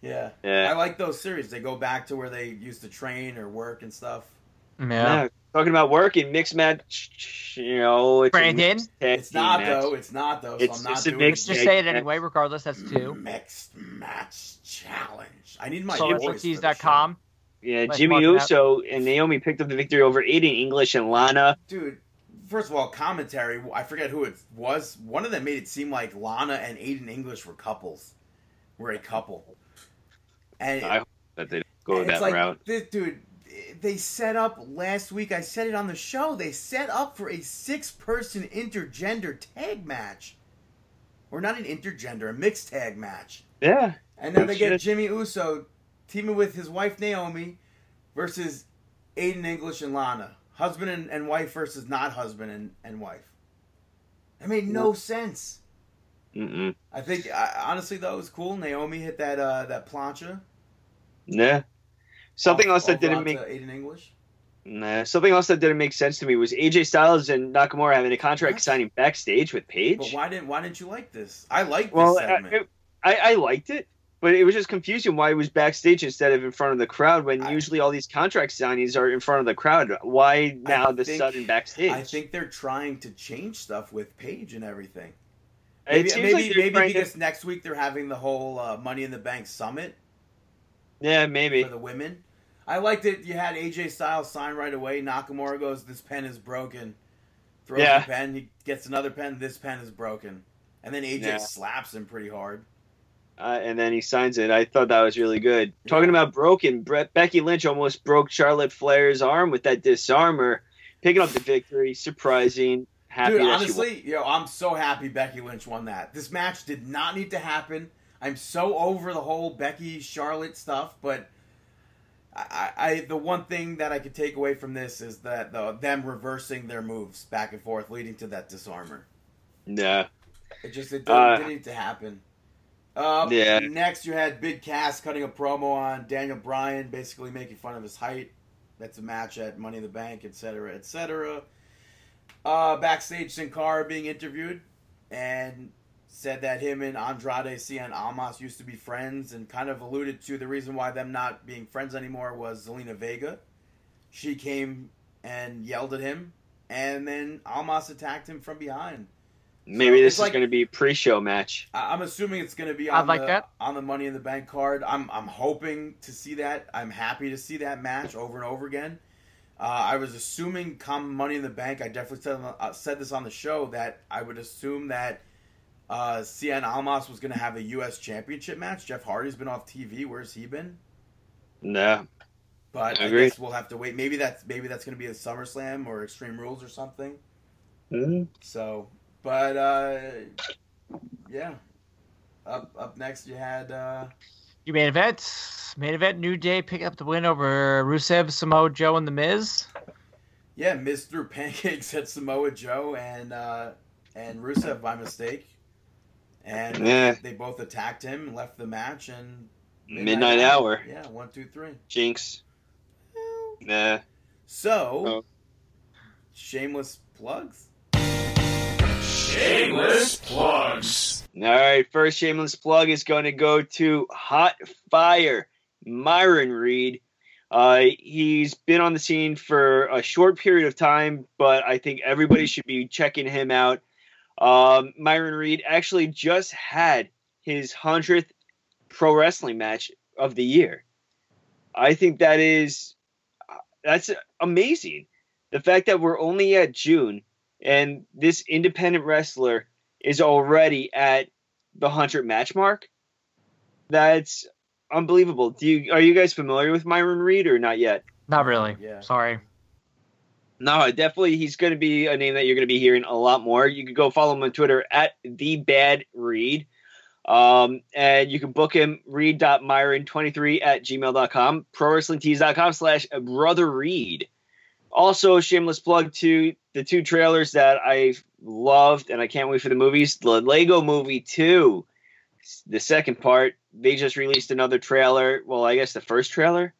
Speaker 4: yeah, I
Speaker 3: Yeah,
Speaker 4: like those series. They go back to where they used to train or work and stuff.
Speaker 2: Yeah,
Speaker 3: Yeah, Talking about work and mixed match, you know, it's a
Speaker 2: Brandon?
Speaker 3: mixed tag
Speaker 4: It's not
Speaker 3: team match.
Speaker 4: though. It's not though. So
Speaker 3: It's-
Speaker 4: I'm not
Speaker 3: it's a
Speaker 4: doing
Speaker 2: let's
Speaker 3: mixed-
Speaker 2: just say it anyway. Regardless, that's two.
Speaker 4: mixed match challenge. I need my voice for the
Speaker 2: SolarCortis.com.
Speaker 3: Yeah,
Speaker 2: Like
Speaker 3: Jimmy
Speaker 2: Mark Mapp.
Speaker 3: Uso and Naomi picked up the victory over Aiden English and Lana.
Speaker 4: dude first of all commentary i forget who it was one of them made it seem like lana and aiden english were couples were a couple and
Speaker 3: I hope that they don't go
Speaker 4: and
Speaker 3: that
Speaker 4: it's like,
Speaker 3: route.
Speaker 4: This, dude they set up last week i said it on the show they set up for a six person intergender tag match or not an intergender a mixed tag match
Speaker 3: Yeah,
Speaker 4: and then they get
Speaker 3: Shit.
Speaker 4: jimmy uso teaming with his wife naomi versus Aiden English and Lana. Husband and, and wife versus not husband and, and wife. That made no sense.
Speaker 3: Mm-mm.
Speaker 4: I think I, honestly though it was cool. Naomi hit that uh, that plancha.
Speaker 3: yeah. Something
Speaker 4: off-
Speaker 3: else that
Speaker 4: over
Speaker 3: didn't
Speaker 4: onto
Speaker 3: make
Speaker 4: Aiden English.
Speaker 3: nah, something else that didn't make sense to me was AJ Styles and Nakamura having a contract
Speaker 4: What?
Speaker 3: signing backstage with Paige.
Speaker 4: But why didn't why didn't you like this? I like
Speaker 3: Well,
Speaker 4: this segment.
Speaker 3: I, it- I, I liked it, but it was just confusing why it was backstage instead of in front of the crowd when
Speaker 4: I-
Speaker 3: usually all these contract signings are in front of the crowd. Why now the
Speaker 4: think-
Speaker 3: sudden backstage?
Speaker 4: I think they're trying to change stuff with Paige and everything.
Speaker 3: It
Speaker 4: Maybe
Speaker 3: seems
Speaker 4: maybe,
Speaker 3: like they're
Speaker 4: maybe
Speaker 3: trying to-
Speaker 4: because next week they're having the whole uh, Money in the Bank summit
Speaker 3: yeah, maybe.
Speaker 4: for the women. I liked it. You had AJ Styles sign right away. Nakamura goes, "This pen is broken." Throws
Speaker 3: Yeah.
Speaker 4: the pen. He gets another pen. This pen is broken. And then AJ
Speaker 3: Yeah.
Speaker 4: slaps him pretty hard.
Speaker 3: Uh, and then he signs it. I thought that was really good. Talking about broken, Bre- Becky Lynch almost broke Charlotte Flair's arm with that disarmer, picking up the victory. Surprising, happy
Speaker 4: Dude,
Speaker 3: that she
Speaker 4: honestly, yo, I'm so happy Becky Lynch won that. This match did not need to happen. I'm so over the whole Becky Charlotte stuff, but I, I the one thing that I could take away from this is that the them reversing their moves back and forth, leading to that disarmer.
Speaker 3: Nah.
Speaker 4: It just it didn't,
Speaker 3: Uh,
Speaker 4: didn't need to happen. Uh,
Speaker 3: Yeah.
Speaker 4: Next, you had Big Cass cutting a promo on Daniel Bryan, basically making fun of his height. That's a match at Money in the Bank, etc., etc. Uh, backstage, Sin Cara being interviewed and said that him and Andrade C and Almas used to be friends, and kind of alluded to the reason why them not being friends anymore was Zelina Vega. She came and yelled at him, and then Almas attacked him from behind.
Speaker 3: Maybe
Speaker 4: So
Speaker 3: this
Speaker 4: it's
Speaker 3: is
Speaker 4: like-
Speaker 3: going to be pre-show match.
Speaker 4: I- I'm assuming it's going to be
Speaker 2: I'd
Speaker 4: on
Speaker 2: like
Speaker 4: the
Speaker 2: that.
Speaker 4: on the Money in the Bank card. I'm I'm hoping to see that. I'm happy to see that match over and over again. Uh, I was assuming come Money in the Bank. I definitely said on the- uh, said this on the show that I would assume that uh, Cien Almas was going to have a U.S. Championship match. Jeff Hardy's been off TV. Where's he been?
Speaker 3: Nah.
Speaker 4: But I,
Speaker 3: Agreed.
Speaker 4: guess we'll have to wait. Maybe that's maybe that's going to be a SummerSlam or Extreme Rules or something. Hmm?
Speaker 3: Mhm.
Speaker 4: So, but uh, yeah. Up up next, you had uh,
Speaker 2: Your main event, main event, New Day pick up the win over Rusev, Samoa Joe, and The Miz.
Speaker 4: yeah, Miz threw pancakes at Samoa Joe and uh, and Rusev by mistake, and
Speaker 3: Yeah.
Speaker 4: they both attacked him, left the match, and
Speaker 3: Midnight hour.
Speaker 4: Yeah, one, two, three.
Speaker 3: Jinx. Nah.
Speaker 4: So,
Speaker 3: Oh.
Speaker 4: shameless plugs.
Speaker 3: All right, first shameless plug is going to go to Hot Fire Myron Reed. Uh, he's been on the scene for a short period of time, but I think everybody should be checking him out. Um, Myron Reed actually just had his 100th pro wrestling match of the year. I think that is that's amazing. The fact that we're only at June and this independent wrestler is already at the hundred match mark. That's unbelievable. Do you are you guys familiar with Myron Reed or not yet?
Speaker 2: Not really.
Speaker 4: Yeah.
Speaker 2: Sorry.
Speaker 3: No, definitely he's going to be a name that you're going to be hearing a lot more. You can go follow him on Twitter at the bad read. Um, and you can book him read.myron23 at gmail.com, pro wrestlingtees.com slash brother read. Also, shameless plug to the two trailers that I loved and I can't wait for the movies. The Lego movie 2, the second part, they just released another trailer. Well, I guess the first trailer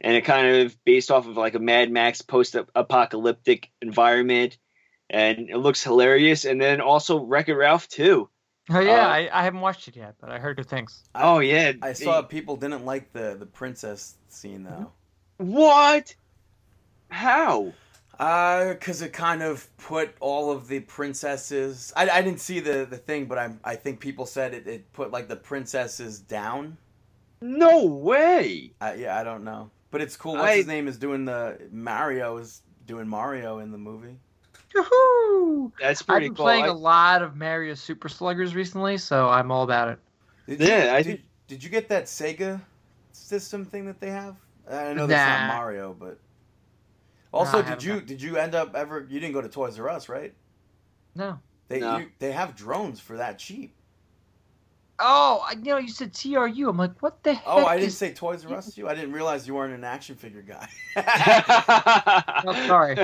Speaker 3: and it kind of based off of like a Mad Max post-apocalyptic environment, and it looks hilarious. And then also Wreck It Ralph too.
Speaker 2: Oh yeah,
Speaker 3: Uh,
Speaker 2: I, I haven't watched it yet, but I heard good things.
Speaker 4: I-
Speaker 3: oh yeah,
Speaker 4: I saw people didn't like the the princess scene though.
Speaker 3: what? How?
Speaker 4: Uh, because it kind of put all of the princesses. I, I didn't see the, the thing, but I I think people said it, it put like the princesses down.
Speaker 3: No way.
Speaker 4: I, yeah, I don't know, but it's cool. What's
Speaker 3: I-
Speaker 4: his name is doing the Mario is doing Mario in the movie.
Speaker 2: Yahoo!
Speaker 3: That's
Speaker 2: I've
Speaker 3: pretty
Speaker 2: been
Speaker 3: cool.
Speaker 2: playing
Speaker 3: I-
Speaker 2: a lot of Mario Super Sluggers recently, so I'm all about it.
Speaker 4: Did
Speaker 3: Yeah,
Speaker 4: you,
Speaker 3: I
Speaker 4: did,
Speaker 3: think-
Speaker 4: did you get that Sega system thing that they have? I know that's
Speaker 2: Nah.
Speaker 4: not Mario, but also
Speaker 2: I
Speaker 4: did
Speaker 2: haven't
Speaker 4: you
Speaker 2: got-
Speaker 4: did you end up ever? You didn't go to Toys R Us, right?
Speaker 2: No.
Speaker 4: They
Speaker 3: No.
Speaker 4: you, they have drones for that cheap.
Speaker 2: Oh, I, you know, you said TRU. I'm like, what the heck?
Speaker 4: Oh, I didn't
Speaker 2: is-
Speaker 4: say Toys R Us to you. I didn't realize you weren't an action figure guy.
Speaker 2: Oh, sorry.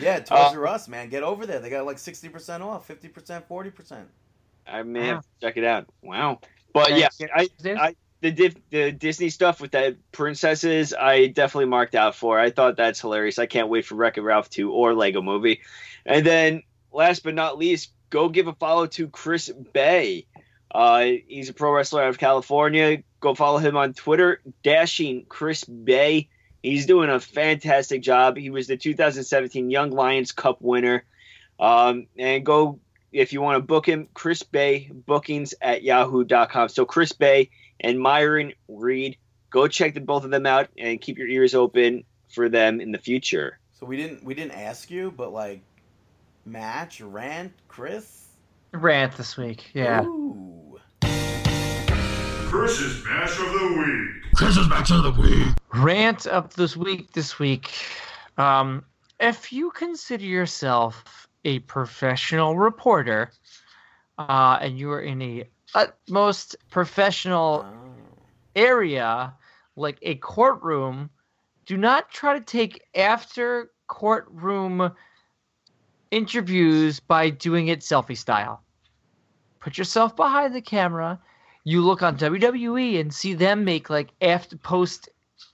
Speaker 4: yeah, Toys
Speaker 3: Uh,
Speaker 4: R Us, man, get over there. They got like sixty percent off, fifty percent, forty percent.
Speaker 3: I may have to check it out. Wow. But Uh, yeah,
Speaker 2: Thanks.
Speaker 3: I,
Speaker 2: There's-
Speaker 3: I- the Div- the Disney stuff with the princesses, I definitely marked out for. I thought that's hilarious. I can't wait for Wreck It Ralph 2 or Lego Movie. And then, last but not least, go give a follow to Chris Bay. Uh, he's a pro wrestler out of California. Go follow him on Twitter, dashing Chris Bay. He's doing a fantastic job. He was the 2017 Young Lions Cup winner. Um, and go if you want to book him, Chris Bay bookings at yahoo.com. So Chris Bay, and Myron Reed. Go check the both of them out and keep your ears open for them in the future.
Speaker 4: So we didn't we didn't ask you, but like, match rant Chris.
Speaker 2: rant this week. Yeah.
Speaker 4: Ooh.
Speaker 7: Chris's Mash of the Week.
Speaker 2: Rant of this week. This week, um, if you consider yourself a professional reporter, uh, and you are in a utmost professional
Speaker 4: Oh.
Speaker 2: area, like a courtroom, do not try to take after courtroom interviews by doing it selfie style. Put yourself behind the camera. You look on WWE and see them make like after post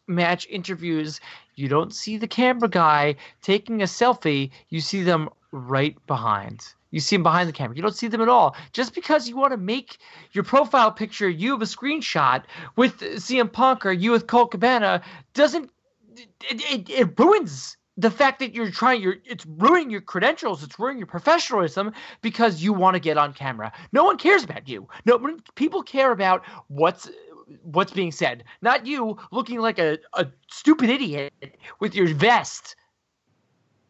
Speaker 2: match interviews. You don't see the camera guy taking a selfie. You see them right behind. You see them behind the camera. You don't see them at all. Just because you want to make your profile picture you have a screenshot with CM Punk or you with Cole Cabana doesn't it, it, it ruins the fact that you're trying you're it's ruining your credentials it's ruining your professionalism because you want to get on camera no one cares about you no when people care about what's what's being said not you looking like a, a stupid idiot with your vest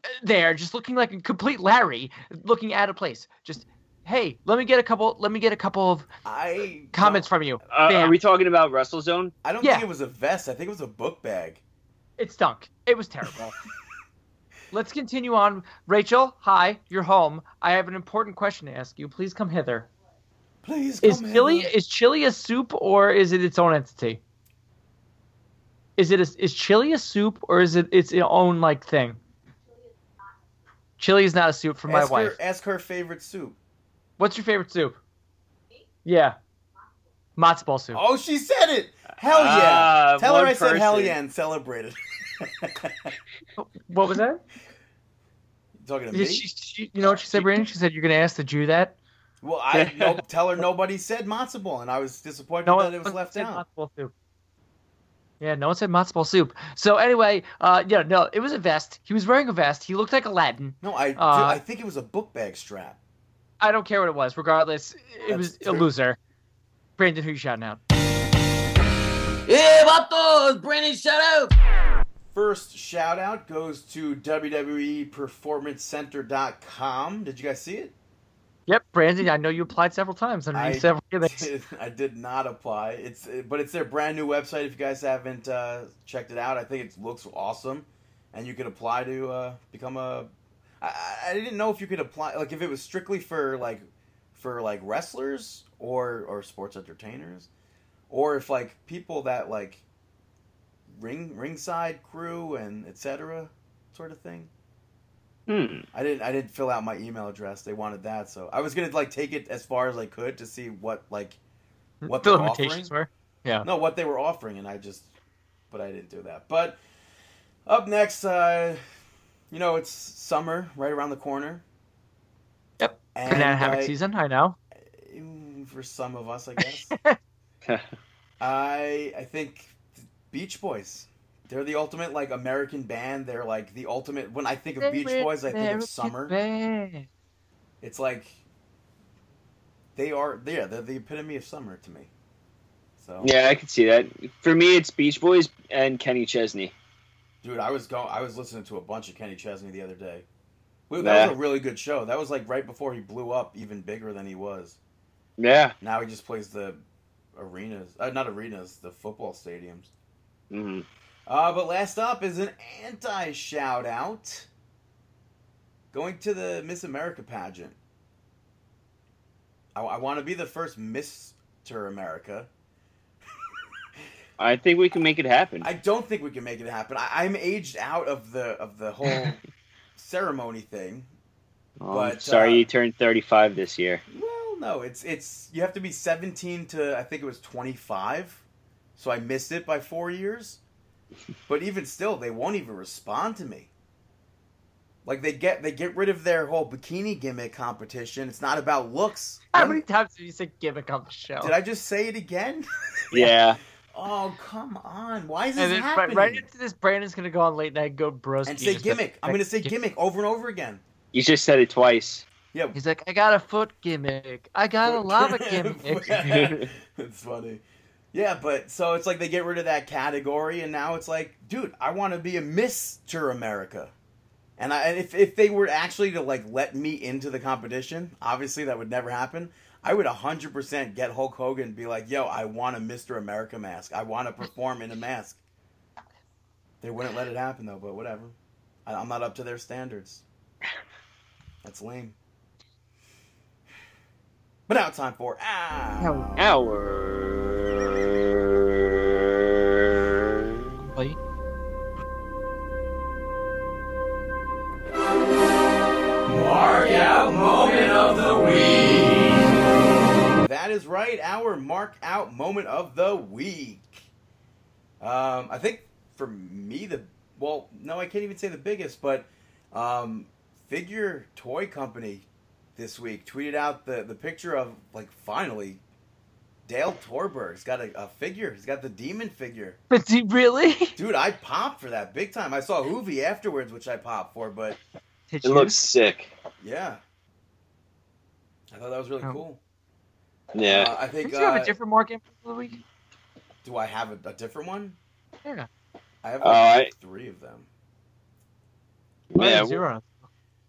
Speaker 2: uh, there just looking like a complete larry looking out of place just hey let me get a couple let me get a couple of
Speaker 4: Oh. I
Speaker 2: comments
Speaker 4: don't-
Speaker 2: from you
Speaker 3: Uh,
Speaker 2: Bam.
Speaker 3: are we talking about WrestleZone?
Speaker 4: I don't
Speaker 2: Yeah.
Speaker 4: think it was a vest. I think it was a book bag.
Speaker 2: it stunk it was terrible let's continue on rachel hi you're home i have an important question to ask you please come hither
Speaker 4: Please
Speaker 2: Is
Speaker 4: come
Speaker 2: chili
Speaker 4: in.
Speaker 2: is chili a soup or is it its own entity? Is it a, is chili a soup or is it its own like thing? Chili is not a soup for my
Speaker 4: ask
Speaker 2: wife.
Speaker 4: Her, ask her favorite soup.
Speaker 2: What's your favorite soup? Yeah, matzo ball soup.
Speaker 4: Oh, she said it. Hell yeah!
Speaker 3: Ah,
Speaker 4: Tell her
Speaker 3: one
Speaker 4: I said hell
Speaker 3: person.
Speaker 4: yeah and celebrate it.
Speaker 2: What was that?
Speaker 4: You talking to me?
Speaker 2: Did she, she- you know what she said, Brandon? She said you're gonna ask the Jew that.
Speaker 4: Well, I no, tell her nobody said matzo ball, and I was disappointed
Speaker 2: No one
Speaker 4: that it was left
Speaker 2: said
Speaker 4: out.
Speaker 2: matzo ball soup. Yeah, no one said matzo ball soup. So anyway, uh, yeah, no, it was a vest. He was wearing a vest. He looked like Aladdin.
Speaker 4: No, I do-
Speaker 2: Uh,
Speaker 4: I think it was a book bag strap.
Speaker 2: I don't care what it was. Regardless, it
Speaker 4: That's
Speaker 2: was
Speaker 4: true.
Speaker 2: a loser. Brandon, who you shouting out?
Speaker 4: First shout out goes to E WWEPerformanceCenter.com. Did you guys see it?
Speaker 2: Yep, Brandon. I know you applied several times
Speaker 4: I
Speaker 2: underneath several gimmicks.
Speaker 4: did, I did not apply. It's but it's their brand new website. If you guys haven't uh, checked it out, I think it looks awesome, and you can apply to uh, become a. I- I, I didn't know if you could apply like if it was strictly for like for like wrestlers or or sports entertainers, or if like people that like ring ringside crew and etc. sort of thing.
Speaker 3: Hmm.
Speaker 4: I didn't. I didn't fill out my email address. They wanted that, so I was gonna like take it as far as I could to see what like what
Speaker 2: the
Speaker 4: they're
Speaker 2: limitations
Speaker 4: offering.
Speaker 2: were. Yeah.
Speaker 4: No, what they were offering, and I just, but I didn't do that. But up next, uh, you know, it's summer right around the corner.
Speaker 2: Yep.
Speaker 4: And
Speaker 2: Banana hammock
Speaker 4: I-
Speaker 2: season. I know.
Speaker 4: mm, for some of us, I guess. I I think Beach Boys. They're the ultimate like American band. They're like the ultimate. When I think of Beach Boys, I think of summer.
Speaker 2: Band.
Speaker 4: It's like they are yeah, they're the epitome of summer to me. So
Speaker 3: Yeah, I can see that. For me, it's Beach Boys and Kenny Chesney.
Speaker 4: dude, I was going I was listening to a bunch of Kenny Chesney the other day. We, that was
Speaker 3: Yeah.
Speaker 4: a really good show. That was like right before he blew up even bigger than he was.
Speaker 3: Yeah.
Speaker 4: Now he just plays the arenas, uh, not arenas, the football stadiums.
Speaker 3: Mm.
Speaker 4: Uh, but last up is an anti shout out going to the Miss America pageant. I, I want to be the first Mr. America.
Speaker 3: I think we can make it happen.
Speaker 4: I don't think we can make it happen. I, I'm aged out of the of the whole ceremony thing.
Speaker 3: Oh, I'm
Speaker 4: but,
Speaker 3: sorry
Speaker 4: uh,
Speaker 3: you turned 35 this year.
Speaker 4: Well, no, it's it's you have to be 17 to I think it was 25, so I missed it by four years. But even still, they won't even respond to me. Like they get they get rid of their whole bikini gimmick competition. It's not about looks.
Speaker 2: How many times did you say gimmick on the show?
Speaker 4: Did I just say it again?
Speaker 3: Yeah.
Speaker 4: Oh come on! Why is this
Speaker 2: and then right,
Speaker 4: happening?
Speaker 2: right into this, Brandon's gonna go on late night, go bros,
Speaker 4: and say gimmick. I'm gonna say gimmick over and over again.
Speaker 3: You just said it twice.
Speaker 4: Yeah,
Speaker 2: He's like, I got a foot gimmick. I got a lava gimmick.
Speaker 4: it's funny. Yeah, but so it's like they get rid of that category, and now it's like, dude, I want to be a Mister America. And I, and if if they were actually to like let me into the competition, obviously that would never happen. I would hundred percent get Hulk Hogan and be like, "Yo, I want a Mister America mask. I want to perform in a mask." They wouldn't let it happen though, but whatever. I, I'm not up to their standards. That's lame. But now it's time for ah.
Speaker 3: Hour.
Speaker 2: Wait.
Speaker 4: of the week. Um, I think for me, the well, no, I can't even say the biggest, but um, Figure Toy Company this week tweeted out the the picture of like finally Dale Torberg's got a, a figure. He's got the demon figure.
Speaker 2: But do, really?
Speaker 4: Dude, I popped for that big time. I saw Hoovy afterwards, which I popped for, but
Speaker 3: It
Speaker 2: Did you?
Speaker 3: looks sick.
Speaker 4: yeah, I thought that was really
Speaker 2: Oh.
Speaker 4: cool. Uh,
Speaker 3: Yeah.
Speaker 4: I think.
Speaker 2: Did you have
Speaker 4: uh,
Speaker 2: a different mark input of the week?
Speaker 4: Do I have a, a different one?
Speaker 2: Yeah.
Speaker 4: I have
Speaker 3: Oh,
Speaker 4: like, three of them.
Speaker 3: Yeah.
Speaker 2: Zero.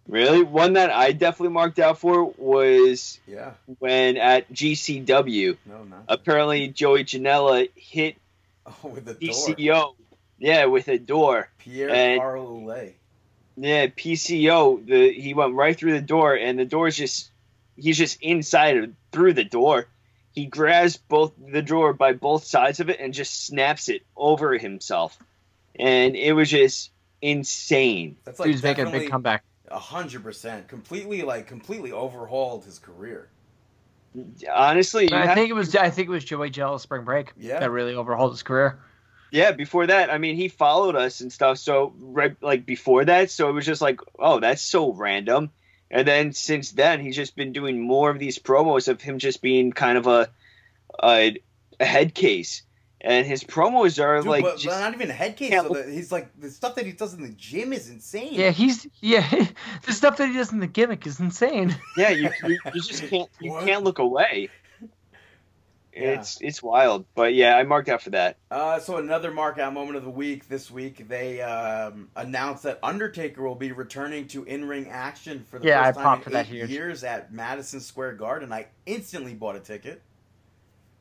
Speaker 3: Really? One that I definitely marked out for was
Speaker 4: Yeah.
Speaker 3: when at GCW,
Speaker 4: No, not.
Speaker 3: apparently Joey Janela hit
Speaker 4: oh, with the door.
Speaker 3: PCO. Yeah, with a door.
Speaker 4: Pierre
Speaker 3: and-
Speaker 4: Carl Oulet.
Speaker 3: Yeah, PCO. The he went right through the door, and the door's just he's just inside of through the door. He grabs both the drawer by both sides of it and just snaps it over himself, and it was just insane.
Speaker 4: That's like
Speaker 2: Dude's making a big
Speaker 4: definitely
Speaker 2: comeback.
Speaker 4: a hundred percent. Completely like completely overhauled his career.
Speaker 3: Honestly, you
Speaker 2: I
Speaker 3: have-
Speaker 2: think it was I think it was Joey Jell Spring Break
Speaker 4: Yeah. Hmm.
Speaker 2: that really overhauled his career.
Speaker 3: yeah. Before that, I mean, he followed us and stuff. So right, like before that, so it was just like, oh, that's so random. And then since then, he's just been doing more of these promos of him just being kind of a a, a head case, and his promos are
Speaker 4: Dude,
Speaker 3: like
Speaker 4: but,
Speaker 3: just-
Speaker 4: but not even a head case.
Speaker 3: Yeah,
Speaker 4: so
Speaker 3: well-
Speaker 4: the, he's like the stuff that he does in the gym is insane.
Speaker 2: Yeah, he's yeah. The stuff that he does in the gimmick is insane.
Speaker 3: yeah, you, you, you just can't you
Speaker 4: What?
Speaker 3: can't look away.
Speaker 4: Yeah.
Speaker 3: It's it's wild, but yeah, I marked out for that.
Speaker 4: Uh, so another markout moment of the week this week. They um, announced that Undertaker will be returning to in-ring action for the
Speaker 2: Yeah,
Speaker 4: first
Speaker 2: I
Speaker 4: time
Speaker 2: popped
Speaker 4: in
Speaker 2: for that
Speaker 4: eight
Speaker 2: huge.
Speaker 4: years at Madison Square Garden. I instantly bought a ticket.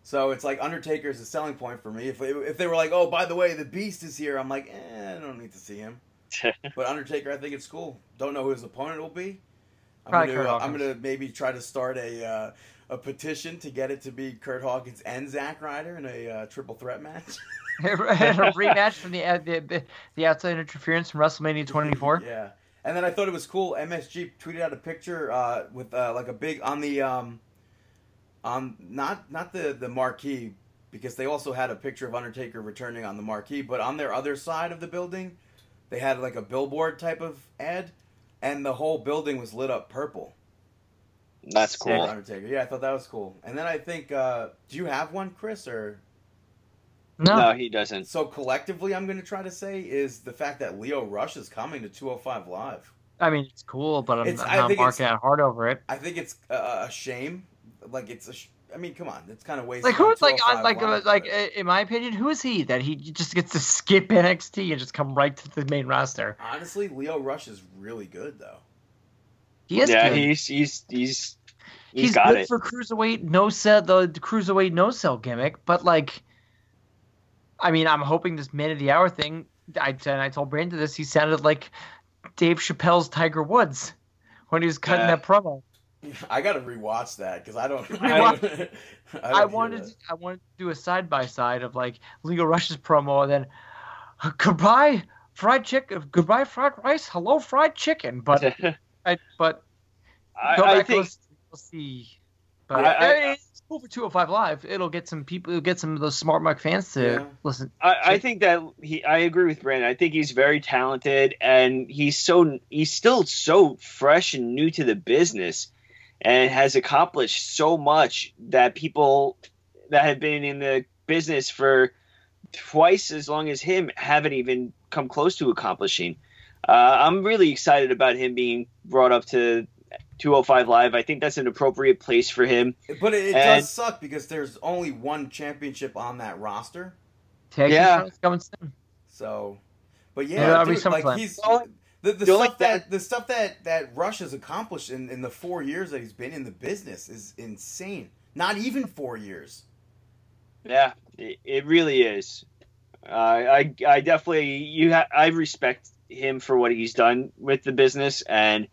Speaker 4: So it's like Undertaker is a selling point for me. If if they were like, oh, by the way, the Beast is here, I'm like, eh, I don't need to see him. but Undertaker, I think it's cool. Don't know who his opponent will be. I'm
Speaker 2: Probably
Speaker 4: gonna,
Speaker 2: Kurt
Speaker 4: I'm
Speaker 2: Hawkins.
Speaker 4: gonna maybe try to start a uh, a petition to get it to be Kurt Hawkins and Zack Ryder in a uh, triple threat match.
Speaker 2: a rematch from the, uh, the the outside interference from WrestleMania 24.
Speaker 4: Yeah. And then I thought it was cool. MSG tweeted out a picture uh, with uh, like a big on the um, on not not the the marquee because they also had a picture of Undertaker returning on the marquee, but on their other side of the building, they had like a billboard type of ad, and the whole building was lit up purple.
Speaker 3: That's
Speaker 2: Sick.
Speaker 3: cool.
Speaker 4: Undertaker. Yeah, I thought that was cool. And then I think, uh, do you have one, Chris, or
Speaker 2: No,
Speaker 3: No, he doesn't.
Speaker 4: so collectively? I'm going to try to say is the fact that Leo Rush is coming to 205 Live.
Speaker 2: I mean it's cool, but I'm,
Speaker 4: It's- I
Speaker 2: I'm not
Speaker 4: think it's-
Speaker 2: marking out hard over it.
Speaker 4: I think it's a, a shame. Like it's a. Sh- I mean, come on, it's kind of wasted.
Speaker 2: Like who's
Speaker 4: on
Speaker 2: like on
Speaker 4: 205
Speaker 2: like uh,
Speaker 4: Live,
Speaker 2: like
Speaker 4: but-
Speaker 2: uh, in my opinion, who is he that he just gets to skip NXT and just come right to the main roster?
Speaker 4: honestly, Leo Rush is really good though.
Speaker 2: He is
Speaker 3: yeah,
Speaker 2: good.
Speaker 3: he's he's he's
Speaker 2: he's
Speaker 3: he's got
Speaker 2: good
Speaker 3: it.
Speaker 2: for cruiserweight no sell the cruiserweight no sell gimmick, but like, I mean, I'm hoping this man of the hour thing. I and I told Brandon this. He sounded like Dave Chappelle's Tiger Woods when he was cutting
Speaker 3: Yeah.
Speaker 2: that promo.
Speaker 4: I gotta rewatch that because I don't. I,
Speaker 2: Rewatch-
Speaker 4: don't- I, don't
Speaker 2: I
Speaker 4: hear
Speaker 2: wanted
Speaker 4: that.
Speaker 2: to, I wanted to do a side by side of like Leo Rush's promo and then goodbye fried chicken, goodbye fried rice, hello fried chicken. But I, but
Speaker 3: I,
Speaker 2: go
Speaker 3: I
Speaker 2: back
Speaker 3: think
Speaker 2: listen, we'll see. But
Speaker 3: I- I-
Speaker 2: I mean, it's cool for 205 Live. It'll get some people, it'll get some of those smart Mark fans to
Speaker 4: Yeah.
Speaker 2: listen.
Speaker 3: I, I think that he. I agree with Brandon. I think he's very talented, and he's so he's still so fresh and new to the business, and has accomplished so much that people that have been in the business for twice as long as him haven't even come close to accomplishing. Uh, I'm really excited about him being brought up to 205 Live. I think that's an appropriate place for him.
Speaker 4: But it, it
Speaker 3: And-
Speaker 4: does suck because there's only one championship on that roster.
Speaker 2: Tag team
Speaker 3: Yeah.
Speaker 2: titles coming soon.
Speaker 4: So, but
Speaker 2: Yeah,
Speaker 4: yeah,
Speaker 2: that'll be
Speaker 4: dude, like
Speaker 2: SummerSlam.
Speaker 4: he's
Speaker 3: Well,
Speaker 4: the, the
Speaker 3: you'll
Speaker 4: stuff
Speaker 3: like
Speaker 4: that,
Speaker 3: that-
Speaker 4: the stuff that that Rush has accomplished in in the four years that he's been in the business is insane. Not even four years.
Speaker 3: Yeah, it, it really is. Uh, I I definitely you ha- I respect him for what he's done with the business, and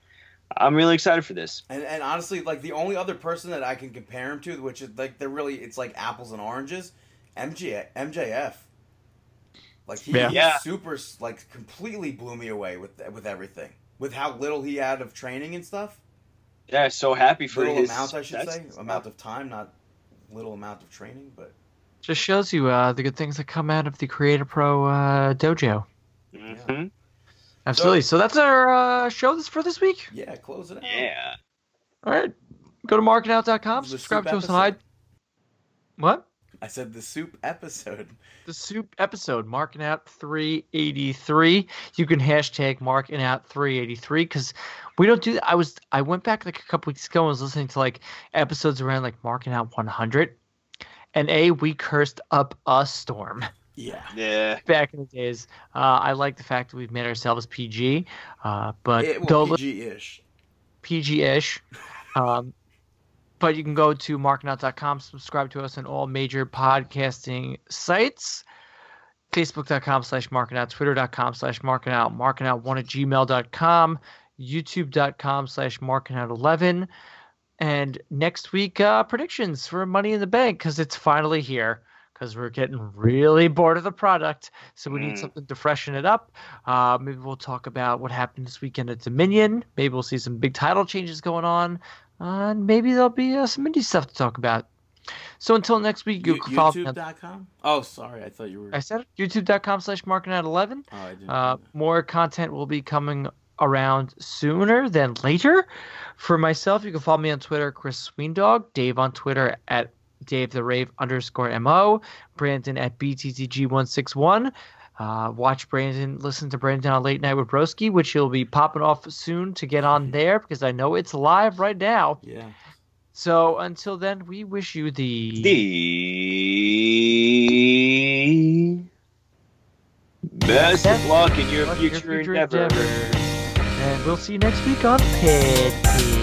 Speaker 3: I'm really excited for this.
Speaker 4: And and honestly, like the only other person that I can compare him to, which is like they're really it's like apples and oranges, MJ MJF. Like he,
Speaker 2: Yeah.
Speaker 4: he
Speaker 3: Yeah.
Speaker 4: super like completely blew me away with with everything. With how little he had of training and stuff.
Speaker 3: Yeah, so happy for
Speaker 4: Little
Speaker 3: his
Speaker 4: amount I should
Speaker 3: that's-
Speaker 4: say. Amount of time, not little amount of training, but
Speaker 2: Just shows you uh, the good things that come out of the Creator Pro uh, dojo.
Speaker 3: Mhm.
Speaker 2: Absolutely. So, that's our uh, show this for this week.
Speaker 4: Yeah, close it out.
Speaker 3: Yeah.
Speaker 2: All right. Go to marketout.com,
Speaker 4: This is a
Speaker 2: subscribe
Speaker 4: soup
Speaker 2: to us on
Speaker 4: episode.
Speaker 2: i. What?
Speaker 4: I said the soup episode.
Speaker 2: The soup episode, marking out 383. You can hashtag marking out 383 because we don't do that. I was I went back like a couple weeks ago and was listening to like episodes around like marking out 100, and a we cursed up a storm
Speaker 4: Yeah.
Speaker 3: Yeah.
Speaker 2: back in the days. Uh, I like the fact that we've made ourselves PG, uh, but
Speaker 4: It
Speaker 2: go
Speaker 4: well,
Speaker 2: look
Speaker 4: PG-ish.
Speaker 2: PG-ish. Um, but you can go to marketout.com, subscribe to us on all major podcasting sites. Facebook.com slash marketout, Twitter.com slash marketout, marketout1 at gmail.com, YouTube.com slash marketout11. And next week, uh, predictions for Money in the Bank because it's finally here because we're getting really bored of the product. So we need
Speaker 3: Mm.
Speaker 2: something to freshen it up. Uh, maybe we'll talk about what happened this weekend at Dominion. Maybe we'll see some big title changes going on. Uh, and maybe there'll be uh, some indie stuff to talk about. So until next week, you,
Speaker 4: You-
Speaker 2: can follow me on-
Speaker 4: YouTube.com? Oh, sorry. I thought you were.
Speaker 2: I said it, youtube.com slash marketing at 11.
Speaker 4: Oh, I didn't.
Speaker 2: Uh, more content will be coming around sooner than later. For myself, you can follow me on Twitter, Chris Sweendog, Dave on Twitter at Dave the Rave underscore MO, Brandon at BTTG161. Uh, watch Brandon, listen to Brandon on Late Night with Broski, which he'll be popping off soon to get on there because I know it's live right now.
Speaker 4: yeah.
Speaker 2: So until then, we wish you the.
Speaker 3: The best of luck in your
Speaker 2: Luck in your
Speaker 3: future
Speaker 2: future
Speaker 3: endeavor.
Speaker 2: endeavors. And we'll see you next week on Pit Pit.